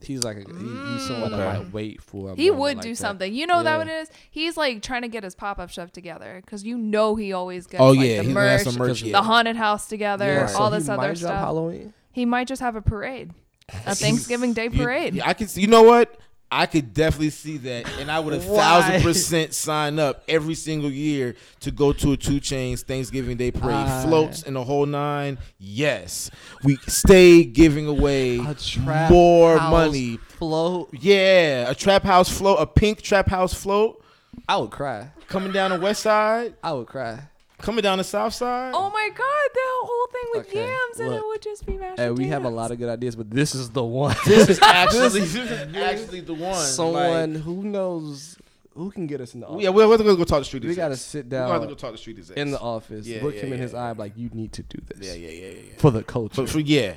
Speaker 3: He's like, a, he, he's someone that I might wait for. a
Speaker 2: He
Speaker 3: moment
Speaker 2: would
Speaker 3: like
Speaker 2: do
Speaker 3: that.
Speaker 2: something. You know that
Speaker 3: Yeah.
Speaker 2: what it is? He's like trying to get his pop up stuff together because you know he always gets
Speaker 1: Oh,
Speaker 2: like,
Speaker 1: yeah,
Speaker 2: the
Speaker 1: he's gonna have
Speaker 2: merch,
Speaker 1: some merch,
Speaker 2: the
Speaker 1: yeah.
Speaker 2: haunted house together,
Speaker 3: Yeah, so
Speaker 2: all
Speaker 3: he
Speaker 2: this
Speaker 3: might
Speaker 2: other
Speaker 3: drop
Speaker 2: stuff.
Speaker 3: Halloween.
Speaker 2: He might just have a parade, a Thanksgiving Day
Speaker 1: You-
Speaker 2: parade.
Speaker 1: yeah, I could. see- You know what? I could definitely see that, and I would a thousand
Speaker 3: Why?
Speaker 1: percent sign up every single year to go to a Two Chains Thanksgiving Day parade,
Speaker 3: Uh.
Speaker 1: floats and the whole nine. Yes, we stay giving away
Speaker 3: A trap
Speaker 1: more
Speaker 3: house
Speaker 1: money.
Speaker 3: Float.
Speaker 1: Yeah, a trap house float, a pink trap house float
Speaker 3: I would cry.
Speaker 1: coming down the west side.
Speaker 3: I would cry.
Speaker 1: Coming down the south side.
Speaker 2: Oh my god, the whole thing with
Speaker 3: Okay,
Speaker 2: yams and it
Speaker 3: look.
Speaker 2: would just be mashed.
Speaker 3: And we have a
Speaker 2: potatoes.
Speaker 3: lot of good ideas, but this is the one.
Speaker 1: this is actually this is actually the one.
Speaker 3: Someone
Speaker 1: Like,
Speaker 3: who knows who can get us in the office.
Speaker 1: yeah, we're, we're gonna go talk to street.
Speaker 3: we
Speaker 1: execs.
Speaker 3: gotta sit
Speaker 1: We're gonna have to go
Speaker 3: down
Speaker 1: talk to street. execs.
Speaker 3: in the office,
Speaker 1: Yeah,
Speaker 3: look
Speaker 1: yeah,
Speaker 3: him in
Speaker 1: yeah,
Speaker 3: his
Speaker 1: yeah.
Speaker 3: eye, like you need to do this.
Speaker 1: Yeah, yeah, yeah, yeah. yeah.
Speaker 3: For the culture.
Speaker 1: For, for yeah.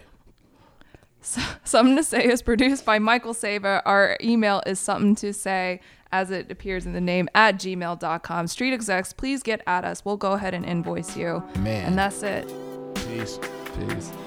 Speaker 2: Something to Say is produced by Michael Sava. Our email is something to say, as it appears in the name, at gmail.com. Street execs, please get at us. We'll go ahead and invoice you.
Speaker 1: Man.
Speaker 2: And that's it.
Speaker 1: Peace.
Speaker 3: Peace.